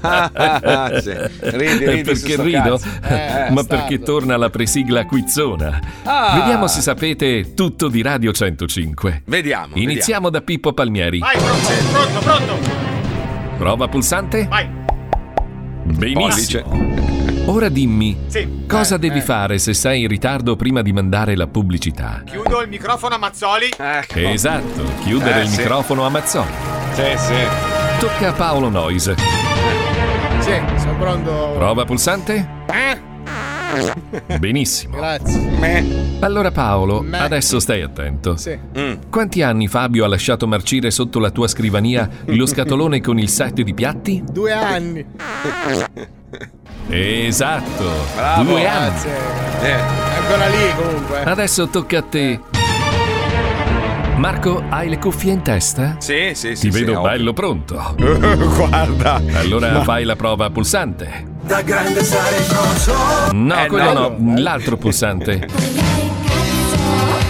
Ah, sì. Ridi, ridi su perché sto rido? cazzo. Eh, Ma bastardo. perché torna la presigla Quizzona. Ah. Vediamo se sapete tutto di Radio 105. Vediamo. Iniziamo da Pippo Palmieri. Vai, pronto, pronto, pronto. Prova pulsante? Vai. Benissimo. Pollice. Eh, Ora dimmi, Sì. cosa devi fare se sei in ritardo prima di mandare la pubblicità? Chiudo il microfono a Mazzoli. Ecco. Esatto, chiudere Eh, il sì. microfono a Mazzoli. Sì, sì. Tocca a Paolo Noise. Sì, sono pronto. Prova pulsante? Benissimo. Eh? Grazie. Meh. Allora Paolo, Me- adesso stai attento. Sì. Mm. Quanti anni Fabio ha lasciato marcire sotto la tua scrivania lo scatolone con il set di piatti? Due anni. Esatto, Bravo. due anni. Grazie. Eh. È ancora lì comunque. Adesso tocca a te. Marco, hai le cuffie in testa? Sì, sì, sì. Ti sì, vedo ovvio. bello pronto. Guarda. Allora fai la prova a pulsante. Da grande sarei coso. No, Eh, quello no. no, l'altro pulsante.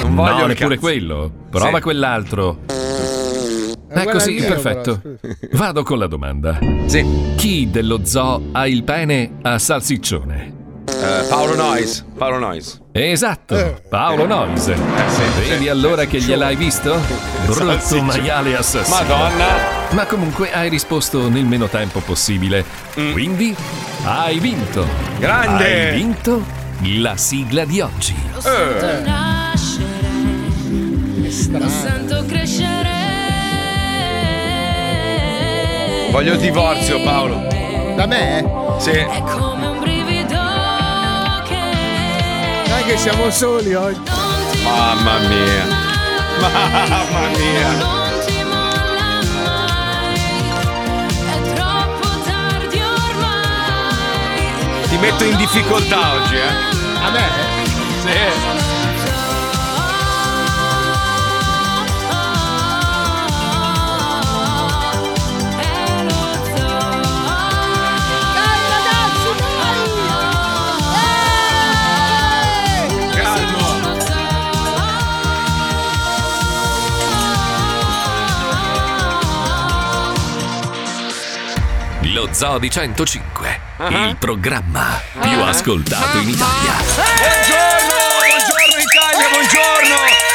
Non No, voglio neppure le cazzo. quello. Prova Sì. Eh, quell'altro. È Ecco ancora sì, lì, perfetto. però, scusa. Vado con la domanda. Sì. Chi dello zoo ha il pene a salsiccione? Eh, Paolo Noyes. Paolo Noyes. Eh. Esatto, Paolo Noise. sì, Vedi sì, allora che gliel'hai visto? Brutto Salsiccione. maiale assassino. Madonna. Ma comunque hai risposto nel meno tempo possibile. Mm. Quindi hai vinto. Grande. Hai vinto la sigla di oggi. Eh. nascere, lo sento crescere. Voglio il divorzio, Paolo. Da me? Sì. È come un brivido che Dai che siamo soli oggi. non ti Mamma mia. Mamma mia. non ti molla mai. È troppo tardi ormai. Ti metto in difficoltà oggi, eh. A me? Sì. Calmo. Lo Zoo di 105, Ah. il programma più ascoltato in Italia. Buongiorno, buongiorno Italia, buongiorno!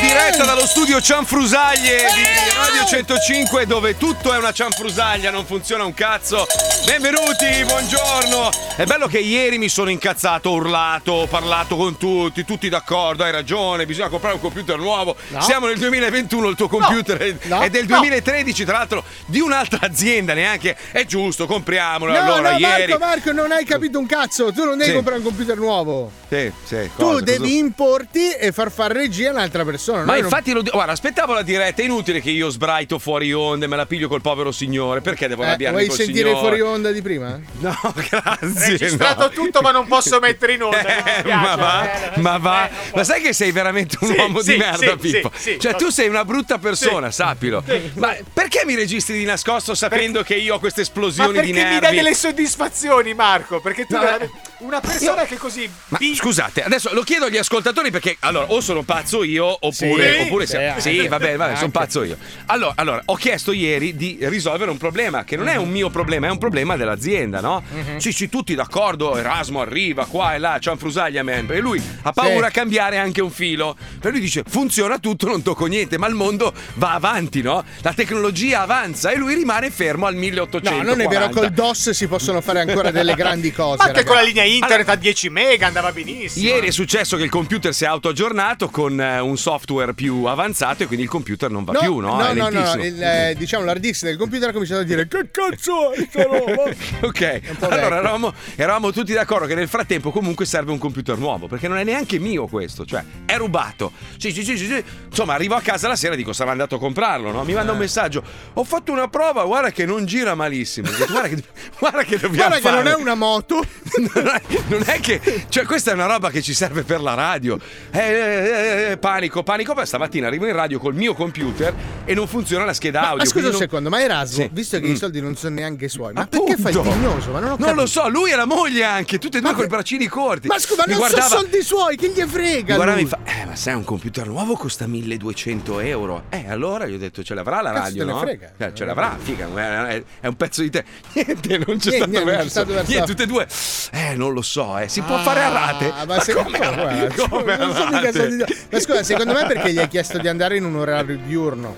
In diretta dallo studio Cianfrusaglie di Radio 105 dove tutto è una cianfrusaglia, non funziona un cazzo. Benvenuti, buongiorno! È bello che ieri mi sono incazzato, ho urlato, ho parlato con tutti, tutti d'accordo, hai ragione, bisogna comprare un computer nuovo. Siamo nel 2021, il tuo computer è- no, è del 2013, tra l'altro di un'altra azienda neanche. È giusto, compriamolo. No, allora, no, ieri... Marco, Marco, non hai capito un cazzo. Tu non devi Sì. comprare un computer nuovo. Sì, sì, Tu cosa, cosa- devi importi e far fare regia a un'altra persona. Ma Noi non- infatti, lo, di- guarda, aspettavo la diretta. È inutile che io sbraito fuori onde, me la piglio col povero signore. Perché devo Eh, arrabbiarmi vuoi col sentire signore? fuori onda di prima? No, grazie. Registrato no. tutto, ma non posso mettere in onda. Eh, mi dispiace, ma va, eh, ma va, eh, non ma sai che sei veramente un Sì, uomo sì, di merda, sì, Pippo? sì, sì. cioè, tu sei una brutta persona, Sì. sappilo. Sì. Ma perché mi registri di nascosto sapendo che io ho queste Ma esplosioni di perché nervi? mi dai delle soddisfazioni, Marco? Perché tu No, veramente- una persona che così Ma bi- scusate, adesso lo chiedo agli ascoltatori perché allora o sono pazzo io oppure. Sì, oppure sì, siamo- anche. sì, vabbè, vabbè, sono pazzo io. Allora, allora, ho chiesto ieri di risolvere un problema che non è un mio problema, è un problema dell'azienda, no? Mhm. Sì, sì, tutti d'accordo. Erasmo arriva qua e là, Cianfrusaglia membro. E lui ha paura a cambiare anche un filo. Per lui dice: funziona tutto, non tocco niente, ma il mondo va avanti, no? La tecnologia avanza e lui rimane fermo al 1800. No, non è vero, col DOS si possono fare ancora delle grandi cose. Ma anche ragazzi. con la linea internet a 10 mega andava benissimo. Ieri è successo che il computer si è autoaggiornato con eh, un software più avanzato e quindi il computer non va più, no? No, È no, no, lentissimo. il, eh, diciamo l'hard disk del computer ha cominciato a dire che cazzo è sta roba? Ok, un po' allora vecchio. eravamo, eravamo tutti d'accordo che nel frattempo comunque serve un computer nuovo, perché non è neanche mio questo, cioè è rubato. Sì, sì, sì, sì, sì. Insomma, arrivo a casa la sera e dico sarà andato a comprarlo, no? Mi manda un Eh. messaggio, ho fatto una prova, guarda che non gira malissimo. Ho detto, guarda, che, guarda che dobbiamo Guarda che non fare." è una moto. non, è, non è che, cioè, questa è una roba che ci serve per la radio. Eh, eh, eh, eh, panico, panico, poi stamattina arrivo in radio col mio computer e non funziona la scheda audio. Ma scusa quindi un non- secondo, ma Erasmo, Sì. Mm. visto che i soldi non sono neanche suoi, ma Appunto. perché fai il pignoso? Ma non ho Non capito. lo so, lui e la moglie anche, tutti e due con i braccini corti. Ma scusa, ma Mi non guardava- sono soldi suoi, che gli frega? Guarda, mi lui? fa, eh, ma sai, un computer nuovo costa 1200 euro. Eh, allora gli ho detto, ce l'avrà la Cazzo radio? te ne no? frega. Eh, ce l'avrà, figa, ma è, è un pezzo di te. Niente, non Niente, c'è stato niente, non c'è verso. stato verso. Niente, tutte e due. Eh, non lo so, eh, si può Ah, fare a rate. Ma, se- come a no, rate? guarda, Come non a so mica rate? soldi suoi. Ma scusa, secondo me perché gli hai chiesto di andare in un orario diurno?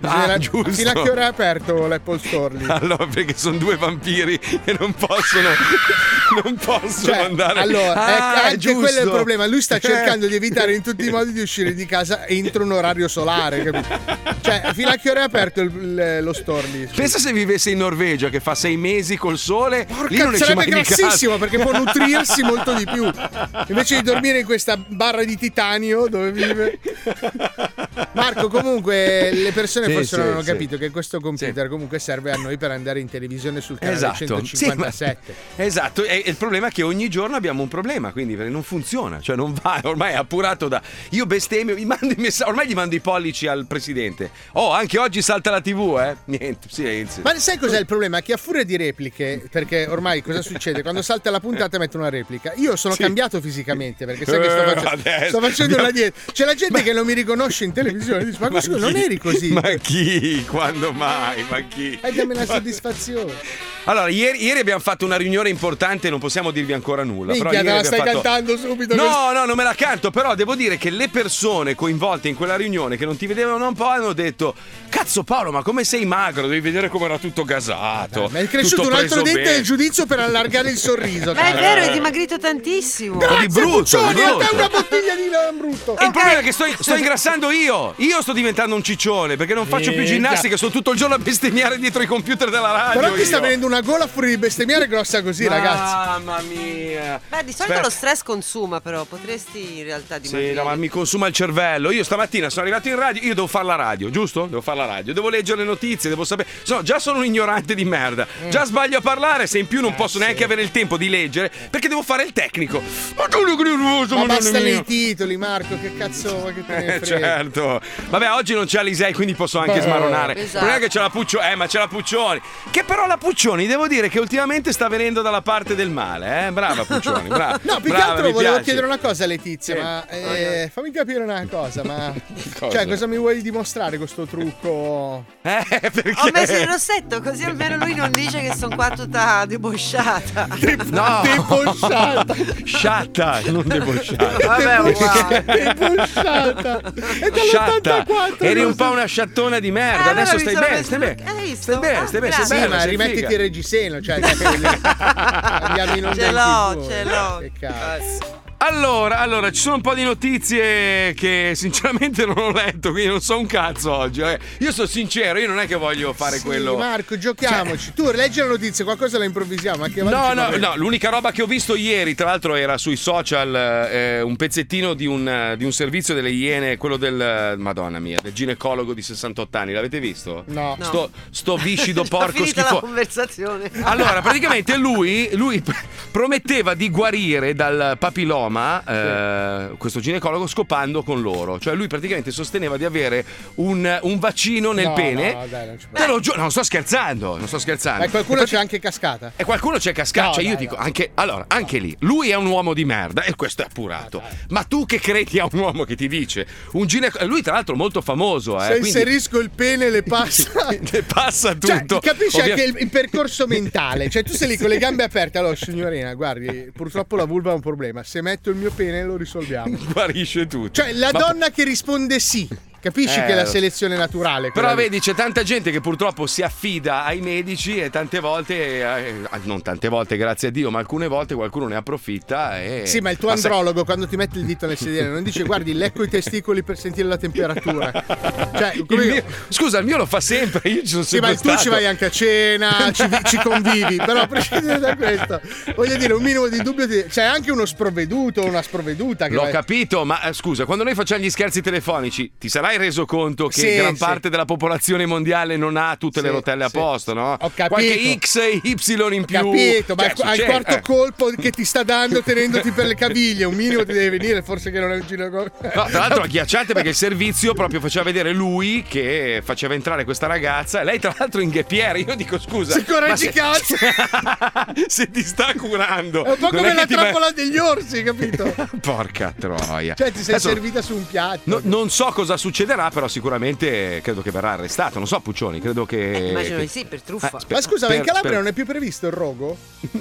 Bisognerà- Ah, giusto. Fino a che ora è aperto l'Apple Store lì? Allora, perché sono due vampiri e non possono, non possono Cioè, andare. allora, Ah, ecco, anche giusto. quello è il problema. Lui sta cercando Eh. di evitare in tutti i modi di uscire di casa entro un orario solare, capito? Cioè, fino a che ora è aperto il- il- lo store lì? Pensa se vivesse in Norvegia che fa sei mesi col sole, lì Porca, non esce sarebbe mai di casa. grassissimo perché può nutrirsi molto di più. Invece di dormire in questa barra di titanio dove vive. Marco, comunque le persone Sì, forse sì, non hanno sì. capito che questo computer comunque serve a noi per andare in televisione sul canale Esatto, Sì, ma- 157. esatto. E e il problema è che ogni giorno abbiamo un problema, quindi perché non funziona, cioè non va, ormai è appurato da. Io bestemmio, mi mando i messa- ormai gli mando i pollici al presidente. Oh, anche oggi salta la TV, eh? Niente, silenzio. Ma sai cos'è il problema? Che a furia di repliche, perché ormai cosa succede? Quando salta la puntata metto una replica. Io sono cambiato fisicamente perché sai che sto Eh, facendo, adesso- sto facendo una dieta. C'è la gente che non mi riconosce in televisione e dice: Ma, scusa, non chi- eri così. Ma chi? Quando mai? Ma chi? E Eh, dammi la soddisfazione. Allora, ieri, ieri abbiamo fatto una riunione importante, non possiamo dirvi ancora nulla. però Minchia, ieri te la abbiamo stai fatto- cantando subito. No, no, non me la canto, però devo dire che le persone coinvolte in quella riunione che non ti vedevano da un po' hanno detto: Cazzo, Paolo, ma come sei magro? Devi vedere come era tutto gasato. Mi è cresciuto tutto un altro preso dente bene." del giudizio per allargare il sorriso. Ma è cazzo. vero, è dimagrito tantissimo. Ma di brutto, di Puccioni, a te brutto. una bottiglia di Lambrutto. E il problema è Eh, che sto, sto ingrassando io. Io sto diventando un ciccione perché non faccio più Minchia. ginnastica, sto tutto il giorno a bestemmiare dietro i computer della radio. Però ti sta io. venendo una gola fuori di bestemmiare grossa così, ragazzi. Mamma mia. Beh, di solito Aspetta. lo stress consuma, però potresti in realtà dimagrire. Sì, no, ma mi consuma il cervello. Io stamattina sono arrivato in radio, io devo fare la radio, giusto? Devo fare la radio, devo leggere le notizie, devo sapere. No, già sono un ignorante di merda. Mm. Già sbaglio a parlare, se in più Eh, non posso neanche avere il tempo di leggere, perché devo fare il tecnico. Ma tu che nervoso, Ma madonna basta mia. nei titoli, Marco, che cazzo vuoi che te ne Eh, frega. certo. Vabbè, oggi non c'è Alisei, quindi posso anche Beh. smaronare. Esatto. Non è che c'è la Puccioni, eh, ma c'è la Puccioni. Che però la Puccioni, devo dire che ultimamente sta venendo dalla parte del male, eh. Brava Puccioni, brava. No, più Brava, che altro mi volevo piace. chiedere una cosa a Letizia, Sì. ma eh, fammi capire una cosa, ma Cosa? cioè cosa mi vuoi dimostrare questo trucco? Eh, perché? Ho messo il rossetto, così almeno lui non dice che sono qua tutta debosciata. No. Debosciata! Sciatta, non debosciata. Vabbè, uguale. Debosciata! È Sciatta, dall'84! eri un po' una sciattona di merda. Eh, Adesso allora stai mi sono bene, messo- stai bene. Hai visto? Stai bene, Ah, stai bene, grazie. stai Sì, bene. ma sei rimettiti figa. il reggiseno, cioè i capelli. Andiamo in eh. onda Ce l'ho, anche tu. ce l'ho. Che cazzo. Allora, allora, ci sono un po' di notizie che sinceramente non ho letto, quindi non so un cazzo oggi. eh. Io sono sincero, io non è che voglio fare Sì, quello. Cioè- Marco, giochiamoci. Tu leggi la notizia, qualcosa la improvvisiamo, ma che No, vale- no, no, l'unica roba che ho visto ieri, tra l'altro, era sui social eh, un pezzettino di un, eh, di un servizio delle Iene, quello del Madonna mia, del ginecologo di 68 anni. L'avete visto? No. No. Sto, sto viscido Ho porco finita la schifo. conversazione. Allora, praticamente lui, lui p- prometteva di guarire dal papilloma eh, questo ginecologo scopando con loro. Cioè, lui praticamente sosteneva di avere un, un vaccino nel No, pene. Ah, no, dai, non ci Te lo giuro, non sto scherzando, non sto scherzando. Ma qualcuno c'è anche cascata. E qualcuno c'è cascato. No, cioè, io dai, dico, dai. anche, allora, anche lì, lui è un uomo di merda e questo è appurato. Ma tu che credi a un uomo che ti dice? Un gineco- Lui, tra l'altro, molto famoso. Eh, Se quindi- inserisco il pene le passa. ne passa tutto. Cioè, capisci Ovvia- anche il, il percorso mentale. Cioè, tu sei lì con le gambe aperte. Allora, signorina, guardi, purtroppo la vulva è un problema. Se metto il mio pene lo risolviamo. Guarisce tutto. Cioè, la Ma- donna che risponde sì. Capisci Eh, che è la lo- selezione naturale. Però quella lì. vedi, c'è tanta gente che purtroppo si affida ai medici e tante volte, eh, eh, non tante volte, grazie a Dio, ma alcune volte qualcuno ne approfitta e... Sì, ma il tuo se- andrologo quando ti mette il dito nel sedere non dice guardi, lecco i testicoli per sentire la temperatura. Cioè, Il come- mio- Scusa, il mio lo fa sempre, io ci sono Sì, ma sempre il tu ci stato. vai anche a cena, ci, ci convivi, però a prescindere da questo, voglio dire, un minimo di dubbio ti- c'è anche uno sprovveduto, una sprovveduta che L'ho vai- capito, ma eh, scusa, quando noi facciamo gli scherzi telefonici, ti sarà mai reso conto che Sì, gran sì. parte della popolazione mondiale non ha tutte le Sì, rotelle a sì. posto, no? Ho capito. Qualche X e Y in più. Capito, ma Cioè, al qu- al succede. quarto Eh. colpo che ti sta dando tenendoti per le caviglie, un minimo ti deve venire, forse che non è un ginocchio. No, tra l'altro agghiacciante perché il servizio proprio faceva vedere lui che faceva entrare questa ragazza e lei tra l'altro in ghepiera. Io dico scusa. Si ma correggi se, cazzo! se ti sta curando. È un po' non come che la ti va- trappola degli orsi, capito? Porca troia. Cioè, ti sei Adesso- servita su un piatto. no- non so cosa succederà, però sicuramente credo che verrà arrestato. Non so, Puccioni, credo che. Eh, Immagino che- di sì, per truffa. Eh, spe- Ma scusa, ma in spero- Calabria spero- non è più previsto il rogo?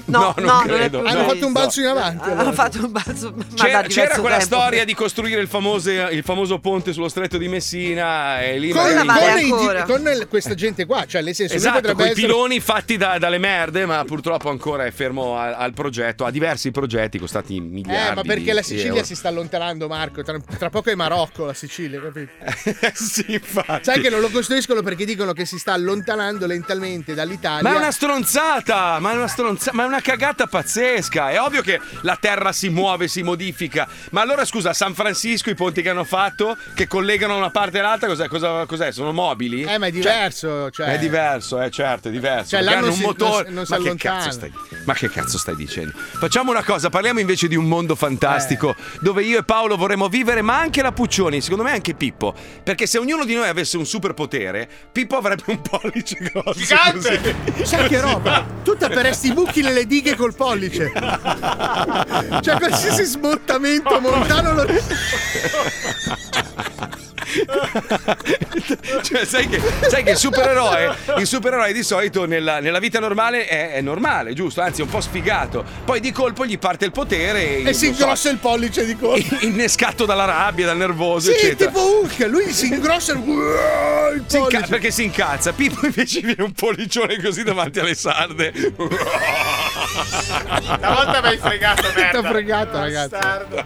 no, non è credo. più Hanno Hanno fatto previsto. un balzo in avanti. Hanno allora. fatto un balzo. ma da C'era, diverso c'era quella tempo. storia di costruire il, famose- il famoso ponte sullo stretto di Messina e lì Con, magari- la vale con i- ancora. con il- questa gente qua, cioè nel senso, lui Esatto, potrebbe quei essere- piloni fatti da- dalle merde, ma purtroppo ancora è fermo a- al progetto, a diversi progetti costati miliardi. Eh, ma perché di- la di Sicilia euro. si sta allontanando, Marco. Tra, tra poco è Marocco la Sicilia, capito? Ah, sì, infatti. Sai che non lo costruiscono perché dicono che si sta allontanando lentamente dall'Italia. Ma è una stronzata, ma è una stronzata, ma è una cagata pazzesca. È ovvio che la terra si muove, si modifica. Ma allora scusa, a San Francisco i ponti che hanno fatto, che collegano una parte e l'altra, cos'è? Cosa- cos'è? Sono mobili? Eh, ma è Cioè, diverso. Cioè, È diverso, eh, certo, è diverso. Cioè, perché là hanno non un si- motore. non si- ma, non si che cazzo stai, allontana. ma che cazzo stai dicendo? Facciamo una cosa, parliamo invece di un mondo fantastico Eh. dove io e Paolo vorremmo vivere, ma anche la Puccioni, secondo me anche Pippo. Perché se ognuno di noi avesse un superpotere, Pippo avrebbe un pollice grosso. Gigante! così. Sai che Così roba? Tutta per esti buchi nelle dighe col pollice. Cioè, qualsiasi Oh, smottamento montano lo. cioè, sai, che, sai che il supereroe, il supereroe di solito nella, nella vita normale è, è normale, giusto? Anzi, è un po' sfigato. Poi di colpo gli parte il potere E si non so, ingrossa il pollice di colpo. innescato dalla rabbia, dal nervoso, Sì, eccetera. tipo Hulk, lui si ingrossa il, il Si inca- pollice. perché si incazza, Pippo invece viene un pollicione così davanti alle sarde. Una volta mi hai fregato, merda. fregato, ragazzi. Bastardo.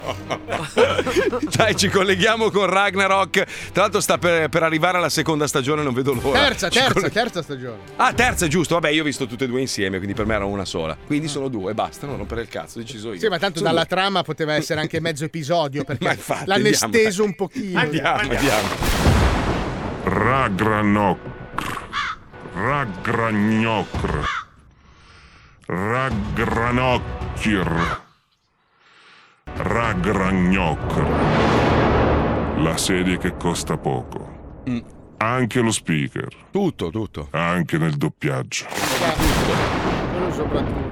Dai, ci colleghiamo con Ragnarok. Tra l'altro, sta per, per arrivare alla seconda stagione, non vedo l'ora. Terza, Ci terza, colle- terza stagione. Ah, terza, giusto. Vabbè, io ho visto tutte e due insieme, quindi per me era una sola. Quindi sono due, basta, non rompere il cazzo, ho deciso io. Ah. Sì, ma tanto Sono dalla due. trama poteva essere anche mezzo episodio perché Ma infatti, l'hanno andiamo, esteso dai. un pochino. Andiamo, andiamo. Ragranok. Ragranokr. Ragranokir. Ragranokr. La serie che costa poco. Anche lo speaker, Mm. Tutto, tutto. anche nel doppiaggio. Quello soprattutto.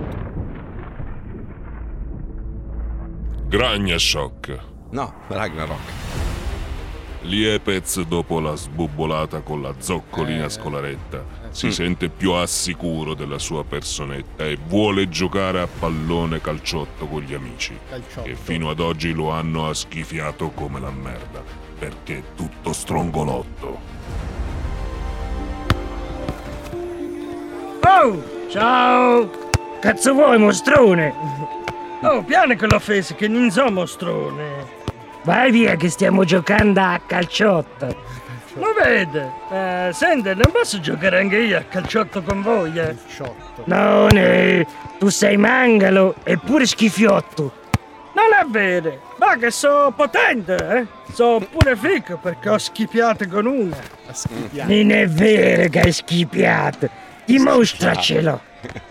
Gragna shock. No, Ragnarok. Liepez, dopo la sbobbolata con la Eh. zoccolina scolaretta, Mm. si sente più al sicuro della sua personetta e vuole giocare a pallone calciotto con gli amici. Calciotto. Che fino ad oggi lo hanno aschifiato come la merda, perché è tutto strongolotto. Oh! Ciao! Cazzo vuoi, mostrone? Oh, piano con l'offesa, che non so mostrone. Vai via che stiamo giocando a calciotto. Lo vede? Eh, senti, non posso giocare anche io a calciotto con voi, eh? Ciotto. No, ne, tu sei mangalo e pure schifiotto. Non è vero, ma che so potente, eh? So pure fico perché ho schipiato con una. Non è vero che hai schipiato, dimostracelo.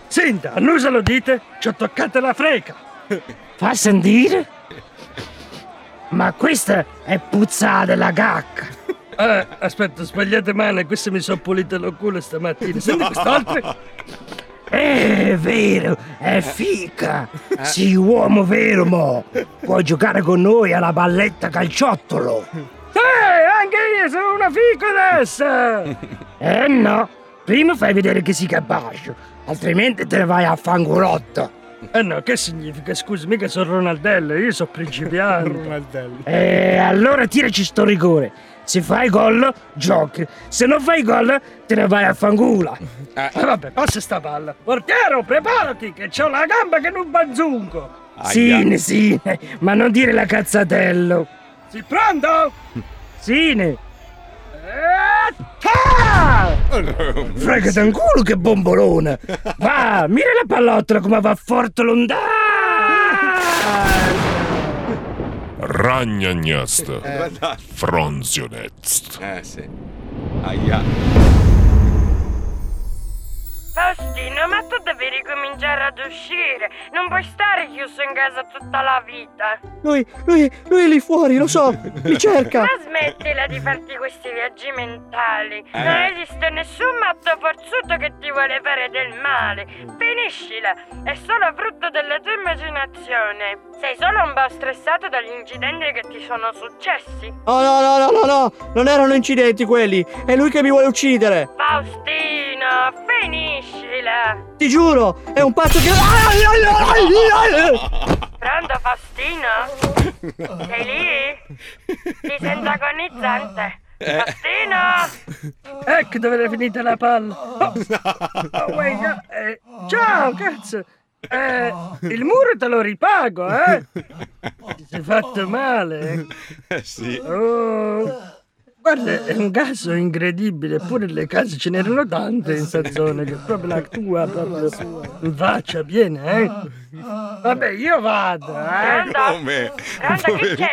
Senta, non se lo dite, ci ho toccato la freca. Fa sentire? Ma questa è puzzata la cacca. Eh, aspetta, sbagliate male, queste mi sono pulite lo culo stamattina. Senti quest'altra? È vero, è fica. Sì, uomo vero, mo. Puoi giocare con noi alla balletta calciottolo. Eh, anche io sono una fica adesso. Eh no, prima fai vedere che si capace, altrimenti te ne vai a fangolotto. Eh no, che significa? Scusi, mica sono Ronaldello, io sono principiante. Ronaldelli. Eh, allora tiraci sto rigore. Se fai gol, giochi. Se non fai gol, te ne vai a fangula. Eh. Eh, vabbè, passa sta palla. Portiero, preparati, che c'ho la gamba che non banzunco. Sine, sine, ma non dire la cazzatello. Si pronto? Sine. Eh, Frega un culo che bombolone! Va, mira la pallottola come va forte lontano! Ragnagnast. Guardate. Fronzionest. Eh sì. Aia. Faustino, ma tu devi ricominciare ad uscire. Non puoi stare chiuso in casa tutta la vita. Lui, lui, lui è lì fuori, lo so, mi cerca. Ma smettila di farti questi viaggi mentali. Eh. Non esiste nessun matto forzuto che ti vuole fare del male. Finiscila. È solo frutto della tua immaginazione. Sei solo un po' stressato dagli incidenti che ti sono successi. No, no, no, no, no, no, non erano incidenti quelli, è lui che mi vuole uccidere. Faustino, finiscila. Ti giuro, è un pazzo che... Pronto Faustino? Sei lì? Ti sento agonizzante. Eh. Faustino! Ecco dove è finita la palla. Oh, oh, uè, no, eh, Oh. ciao, cazzo. Eh, il muro te lo ripago, eh? Ti sei fatto male. Eh sì. Oh. Guarda, è un caso incredibile, eppure le case ce n'erano tante in stazione, che proprio la tua proprio in faccia piena, eh? Ah. Vabbè, io vado, eh? Come? Pronto chi Poveri- c'è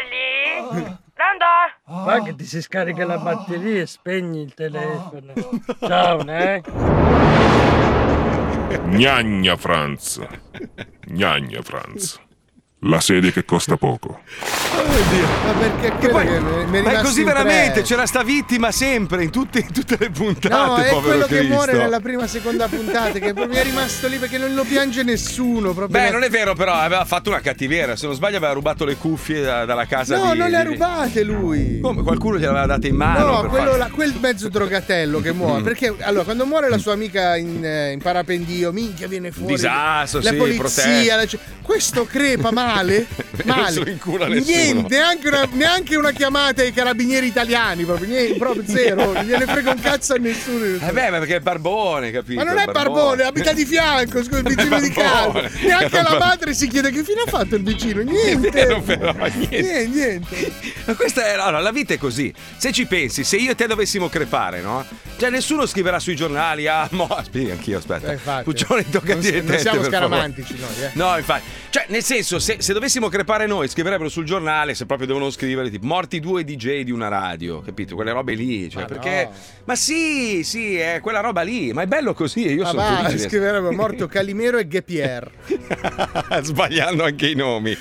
lì? Pronto? Ma Oh. che ti si scarica la batteria e spegni il telefono. Ciao, eh? Gnagna Franz. Gnagna Franz. La serie che costa poco. Ma perché quello poi- che mi- mi è Oh, Ma è rimasto così impresso. veramente, c'era sta vittima sempre, in tutte, in tutte le puntate, No, è povero quello che Cristo. muore nella prima seconda puntata, che proprio è rimasto lì perché non lo piange nessuno. Proprio Beh, non è vero, però aveva fatto una cattiveria. Se non sbaglio, aveva rubato le cuffie da- dalla casa No, di. non le ha di- rubate lui. Come? Qualcuno gliele aveva date in mano. No, per Mm. quello fare- là- quel mezzo drogatello che muore. Perché allora, quando muore la sua amica in, eh, in parapendio, minchia, viene fuori. Disastro, la sì, polizia. protesta. la- cioè, questo crepa male. messo male. in culo a nessuno. niente, neanche una, neanche una chiamata ai carabinieri italiani. Proprio, niente, proprio zero. Non gliene frega un cazzo a nessuno. Eh beh, ma perché è Barbone, capito? Ma non è Barbone, abita di fianco, scusa, il vicino di casa. Barbone. Neanche la Barbone. madre si chiede che fine ha fatto il vicino. È vero, Niente. però, niente. Niente, niente. Ma questa è. Allora, la vita è così. Se ci pensi, se io e te dovessimo crepare, no? Cioè, nessuno scriverà sui giornali. Ah, mo. Aspetta, anch'io, aspetta. Eh, infatti. Puccioni, tocca Non- dire non tette, siamo per favore. scaramantici noi, eh. No, infatti. Cioè, nel senso, se, se dovessimo crepare noi, scriverebbero sul giornale, se proprio devono scrivere, tipo, morti due DJ di una radio, capito? Quelle robe lì. Cioè, Ma perché. Ah, no. Ma sì, sì, è quella roba lì. Ma è bello così. Io Ma sono Ah, va, felice. di- scriverebbe morto Calimero e Ghepier. Sbagliando anche i nomi.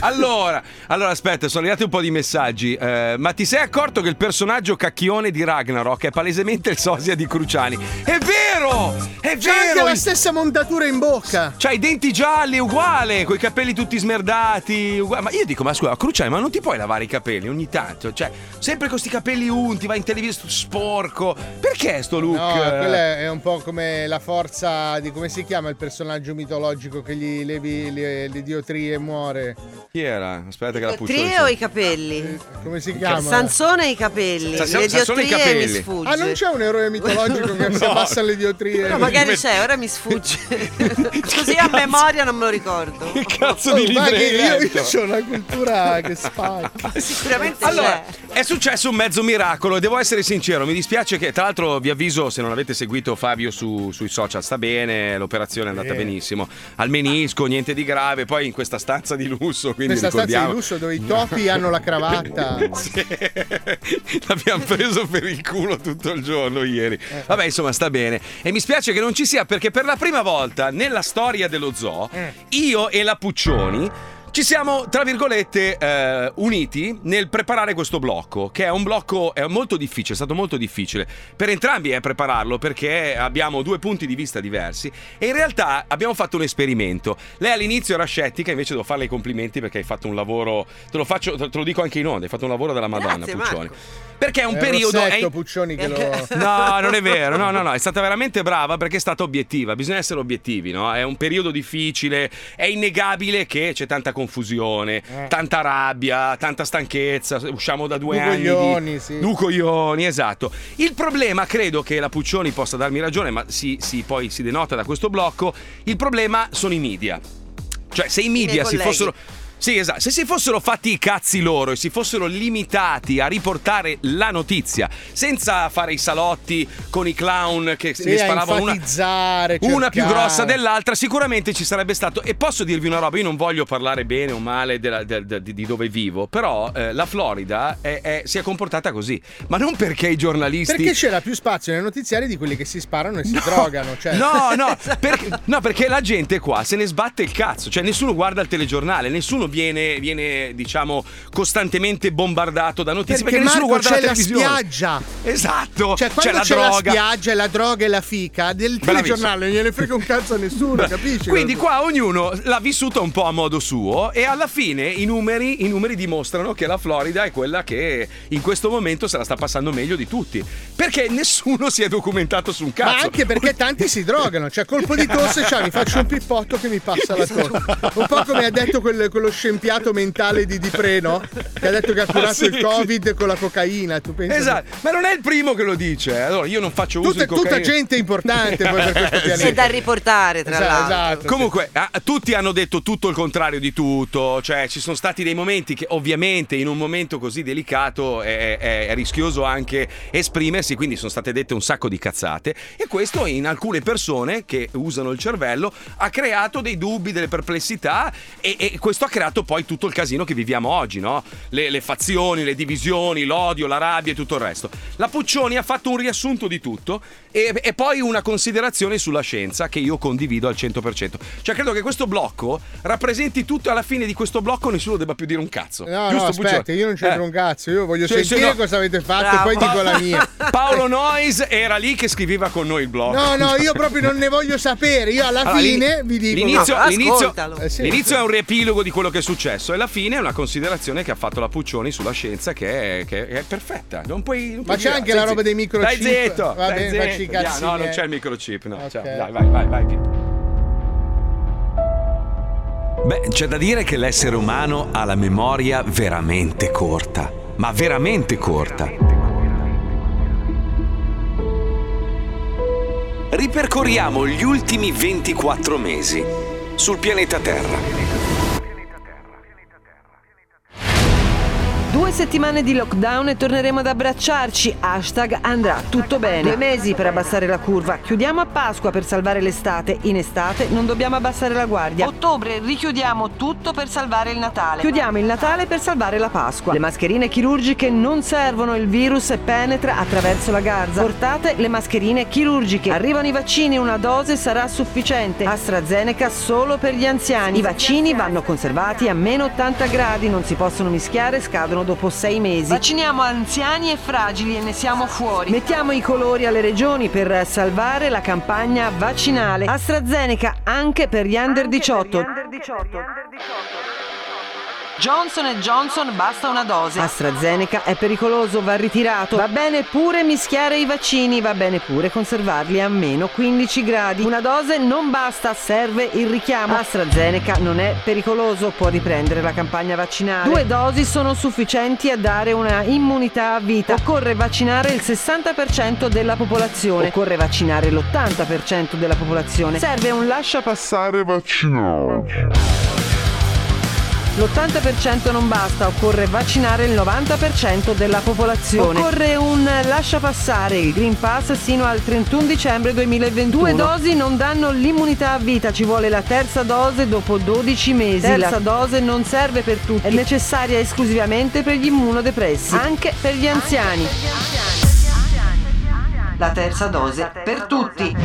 Allora, allora, aspetta, sono arrivati un po' di messaggi. Eh, ma ti sei accorto che il personaggio cacchione di Ragnarok è palesemente il sosia di Cruciani? È vero! È C'ha anche vero! la il- stessa montatura in bocca. C'ha i denti gialli uguale, coi capelli tutti smerdati, uguale. Ma io dico, ma scusa, Cruciani, ma non ti puoi lavare i capelli ogni tanto? Cioè, sempre con questi capelli unti, vai in televisione sporco. Perché sto look? No, quella è un po' come la forza di come si chiama il personaggio mitologico che gli levi le, le diotrie e muore. Chi era? Aspetta che la puccio. Trio i capelli. Eh, Come si chiama? Sansone e i capelli. Sa- le Sansone e i diotrie capelli. mi sfugge. Ah, non c'è un eroe mitologico che si No. abbassa le diotrie. No, magari c'è, ora mi sfugge. Così a memoria non me lo ricordo. Che cazzo Oh, di ma libro che hai io, letto? io ho una cultura che spacca. Sicuramente Allora, c'è. è successo un mezzo miracolo e devo essere sincero, mi dispiace che tra l'altro vi avviso se non avete seguito Fabio su- sui social, sta bene, l'operazione è andata benissimo, al menisco, niente di grave, poi in questa stanza di lusso, quindi Questa stanza di ricordiamo lusso dove i topi hanno la cravatta. Sì. L'abbiamo preso per il culo tutto il giorno ieri. Vabbè, insomma, sta bene. E mi spiace che non ci sia perché per la prima volta nella storia dello zoo, Eh. io e la Puccioni. Ci siamo, tra virgolette, eh, uniti nel preparare questo blocco, che è un blocco è molto difficile, è stato molto difficile per entrambi è prepararlo perché abbiamo due punti di vista diversi e in realtà abbiamo fatto un esperimento. Lei all'inizio era scettica, invece devo farle i complimenti perché hai fatto un lavoro, te lo, faccio, te lo dico anche in onda, hai fatto un lavoro della Madonna, Grazie, Puccioni. Marco. Perché è un È periodo... è- Rossetto, Puccioni che lo... No, non è vero, no, no, no, è stata veramente brava perché è stata obiettiva, bisogna essere obiettivi, no? È un periodo difficile, è innegabile che c'è tanta confusione, tanta rabbia, tanta stanchezza, usciamo da due anni. di- Ducoglioni, sì. Du coglioni, esatto. Il problema, credo che la Puccioni possa darmi ragione, ma si, si- poi si denota da questo blocco, il problema sono i media. Cioè, se i media si colleghi. fossero... Sì, esatto. Se si fossero fatti i cazzi loro e si fossero limitati a riportare la notizia senza fare i salotti con i clown che Sì, ne a sparavano una, enfatizzare, una più cercare. grossa dell'altra, sicuramente ci sarebbe stato. E posso dirvi una roba: io non voglio parlare bene o male della- del- del- di, di dove vivo, però eh, la Florida è- è- si è comportata così. Ma non perché i giornalisti. Perché c'era più spazio nei notiziari di quelli che si sparano e si drogano? Cioè... No, no, per- no, perché la gente qua se ne sbatte il cazzo, cioè nessuno guarda il telegiornale, nessuno viene, viene diciamo, costantemente bombardato da notizie, perché, Perché nessuno Marco guarda c'è la la televisione. spiaggia. Esatto, Cioè, c'è quando la c'è la, droga. spiaggia e la droga e la fica, del Bravissimo. telegiornale non gliene frega un cazzo a nessuno, capisci? Quindi qua ognuno l'ha vissuta un po' a modo suo e alla fine i numeri, i numeri dimostrano che la Florida è quella che in questo momento se la sta passando meglio di tutti. Perché nessuno si è documentato su un cazzo. Ma anche perché tanti si drogano, cioè colpo di tosse, cioè, mi faccio un pippotto che mi passa la Esatto. tosse. Un po' come ha detto quel- quello scempiato mentale di Di Pre, no? Che ha detto che ha curato Ah, sì, il Covid con la cocaina, tu pensi? Esatto, ma non è il primo che lo dice. eh. Allora io non faccio uso Tutta, di cocaina. tutta gente importante poi per questo Sì. pianeta. Sì, da riportare, tra Esatto, l'altro. esatto, sì. Comunque, ah, tutti hanno detto tutto il contrario di tutto. Cioè, ci sono stati dei momenti che, ovviamente, in un momento così delicato è, è- è rischioso anche esprimersi. Quindi sono state dette un sacco di cazzate. E questo in alcune persone che usano il cervello ha creato dei dubbi, delle perplessità. E, e questo ha creato poi tutto il casino che viviamo oggi, no? Le, le fazioni, le divisioni, l'odio, la rabbia e tutto il resto. La Puccioni ha fatto un riassunto di tutto e, e poi una considerazione sulla scienza che io condivido al 100%. Cioè, credo che questo blocco rappresenti tutto e alla fine di questo blocco nessuno debba più dire un cazzo. No, no, Giusto, aspetta, Puccioni? io non c'entro Eh. un cazzo, io voglio Sì, sì, sentire no. cosa avete fatto e poi dico la mia. Paolo Noyes era lì che scriveva con noi il blog. No, no, io proprio non ne voglio sapere. Io alla Allora, fine l'ini- vi dico. L'inizio, No, l'inizio, ascoltalo. Eh, sì. l'inizio è un riepilogo di quello che è successo e la fine è una considerazione che ha fatto la Puccioni sulla scienza che è, che è perfetta. Non puoi, non Ma puoi c'è dire- anche stai la roba zitto. dei microchip. Dai zitto. Va dai bene, zitto. facci i Via, cazzi No, non miei. c'è il microchip. No. Ciao. Ok. Dai, vai, vai, vai. Pippo. Beh, c'è da dire che l'essere umano ha la memoria veramente corta, ma veramente corta. Ripercorriamo gli ultimi 24 mesi sul pianeta Terra. Due settimane di lockdown e torneremo ad abbracciarci. Hashtag andrà tutto bene. Due mesi per abbassare la curva. Chiudiamo a Pasqua per salvare l'estate. In estate non dobbiamo abbassare la guardia. Ottobre richiudiamo tutto per salvare il Natale. Chiudiamo il Natale per salvare la Pasqua. Le mascherine chirurgiche non servono, il virus penetra attraverso la garza. Portate le mascherine chirurgiche. Arrivano i vaccini, una dose sarà sufficiente. AstraZeneca solo per gli anziani. I vaccini vanno conservati a meno 80 gradi, non si possono mischiare, scadono dopo 6 mesi. Vacciniamo anziani e fragili e ne siamo fuori. Mettiamo i colori alle regioni per salvare la campagna vaccinale. AstraZeneca anche per gli under 18. Johnson Johnson basta una dose. AstraZeneca è pericoloso, va ritirato. Va bene pure mischiare i vaccini, va bene pure conservarli a meno 15 gradi. Una dose non basta, serve il richiamo. AstraZeneca non è pericoloso, può riprendere la campagna vaccinale. Due dosi sono sufficienti a dare una immunità a vita. Occorre vaccinare il 60% della popolazione. Occorre vaccinare l'80% della popolazione. Serve un lascia passare vaccinale. L'80% non basta, occorre vaccinare il 90% della popolazione. Occorre un lascia passare il Green Pass sino al 31 dicembre 2021. Due dosi non danno l'immunità a vita, ci vuole la terza dose dopo 12 mesi. Terza la dose non serve per tutti, è necessaria esclusivamente per gli immunodepressi, anche per gli anziani. La terza dose per tutti.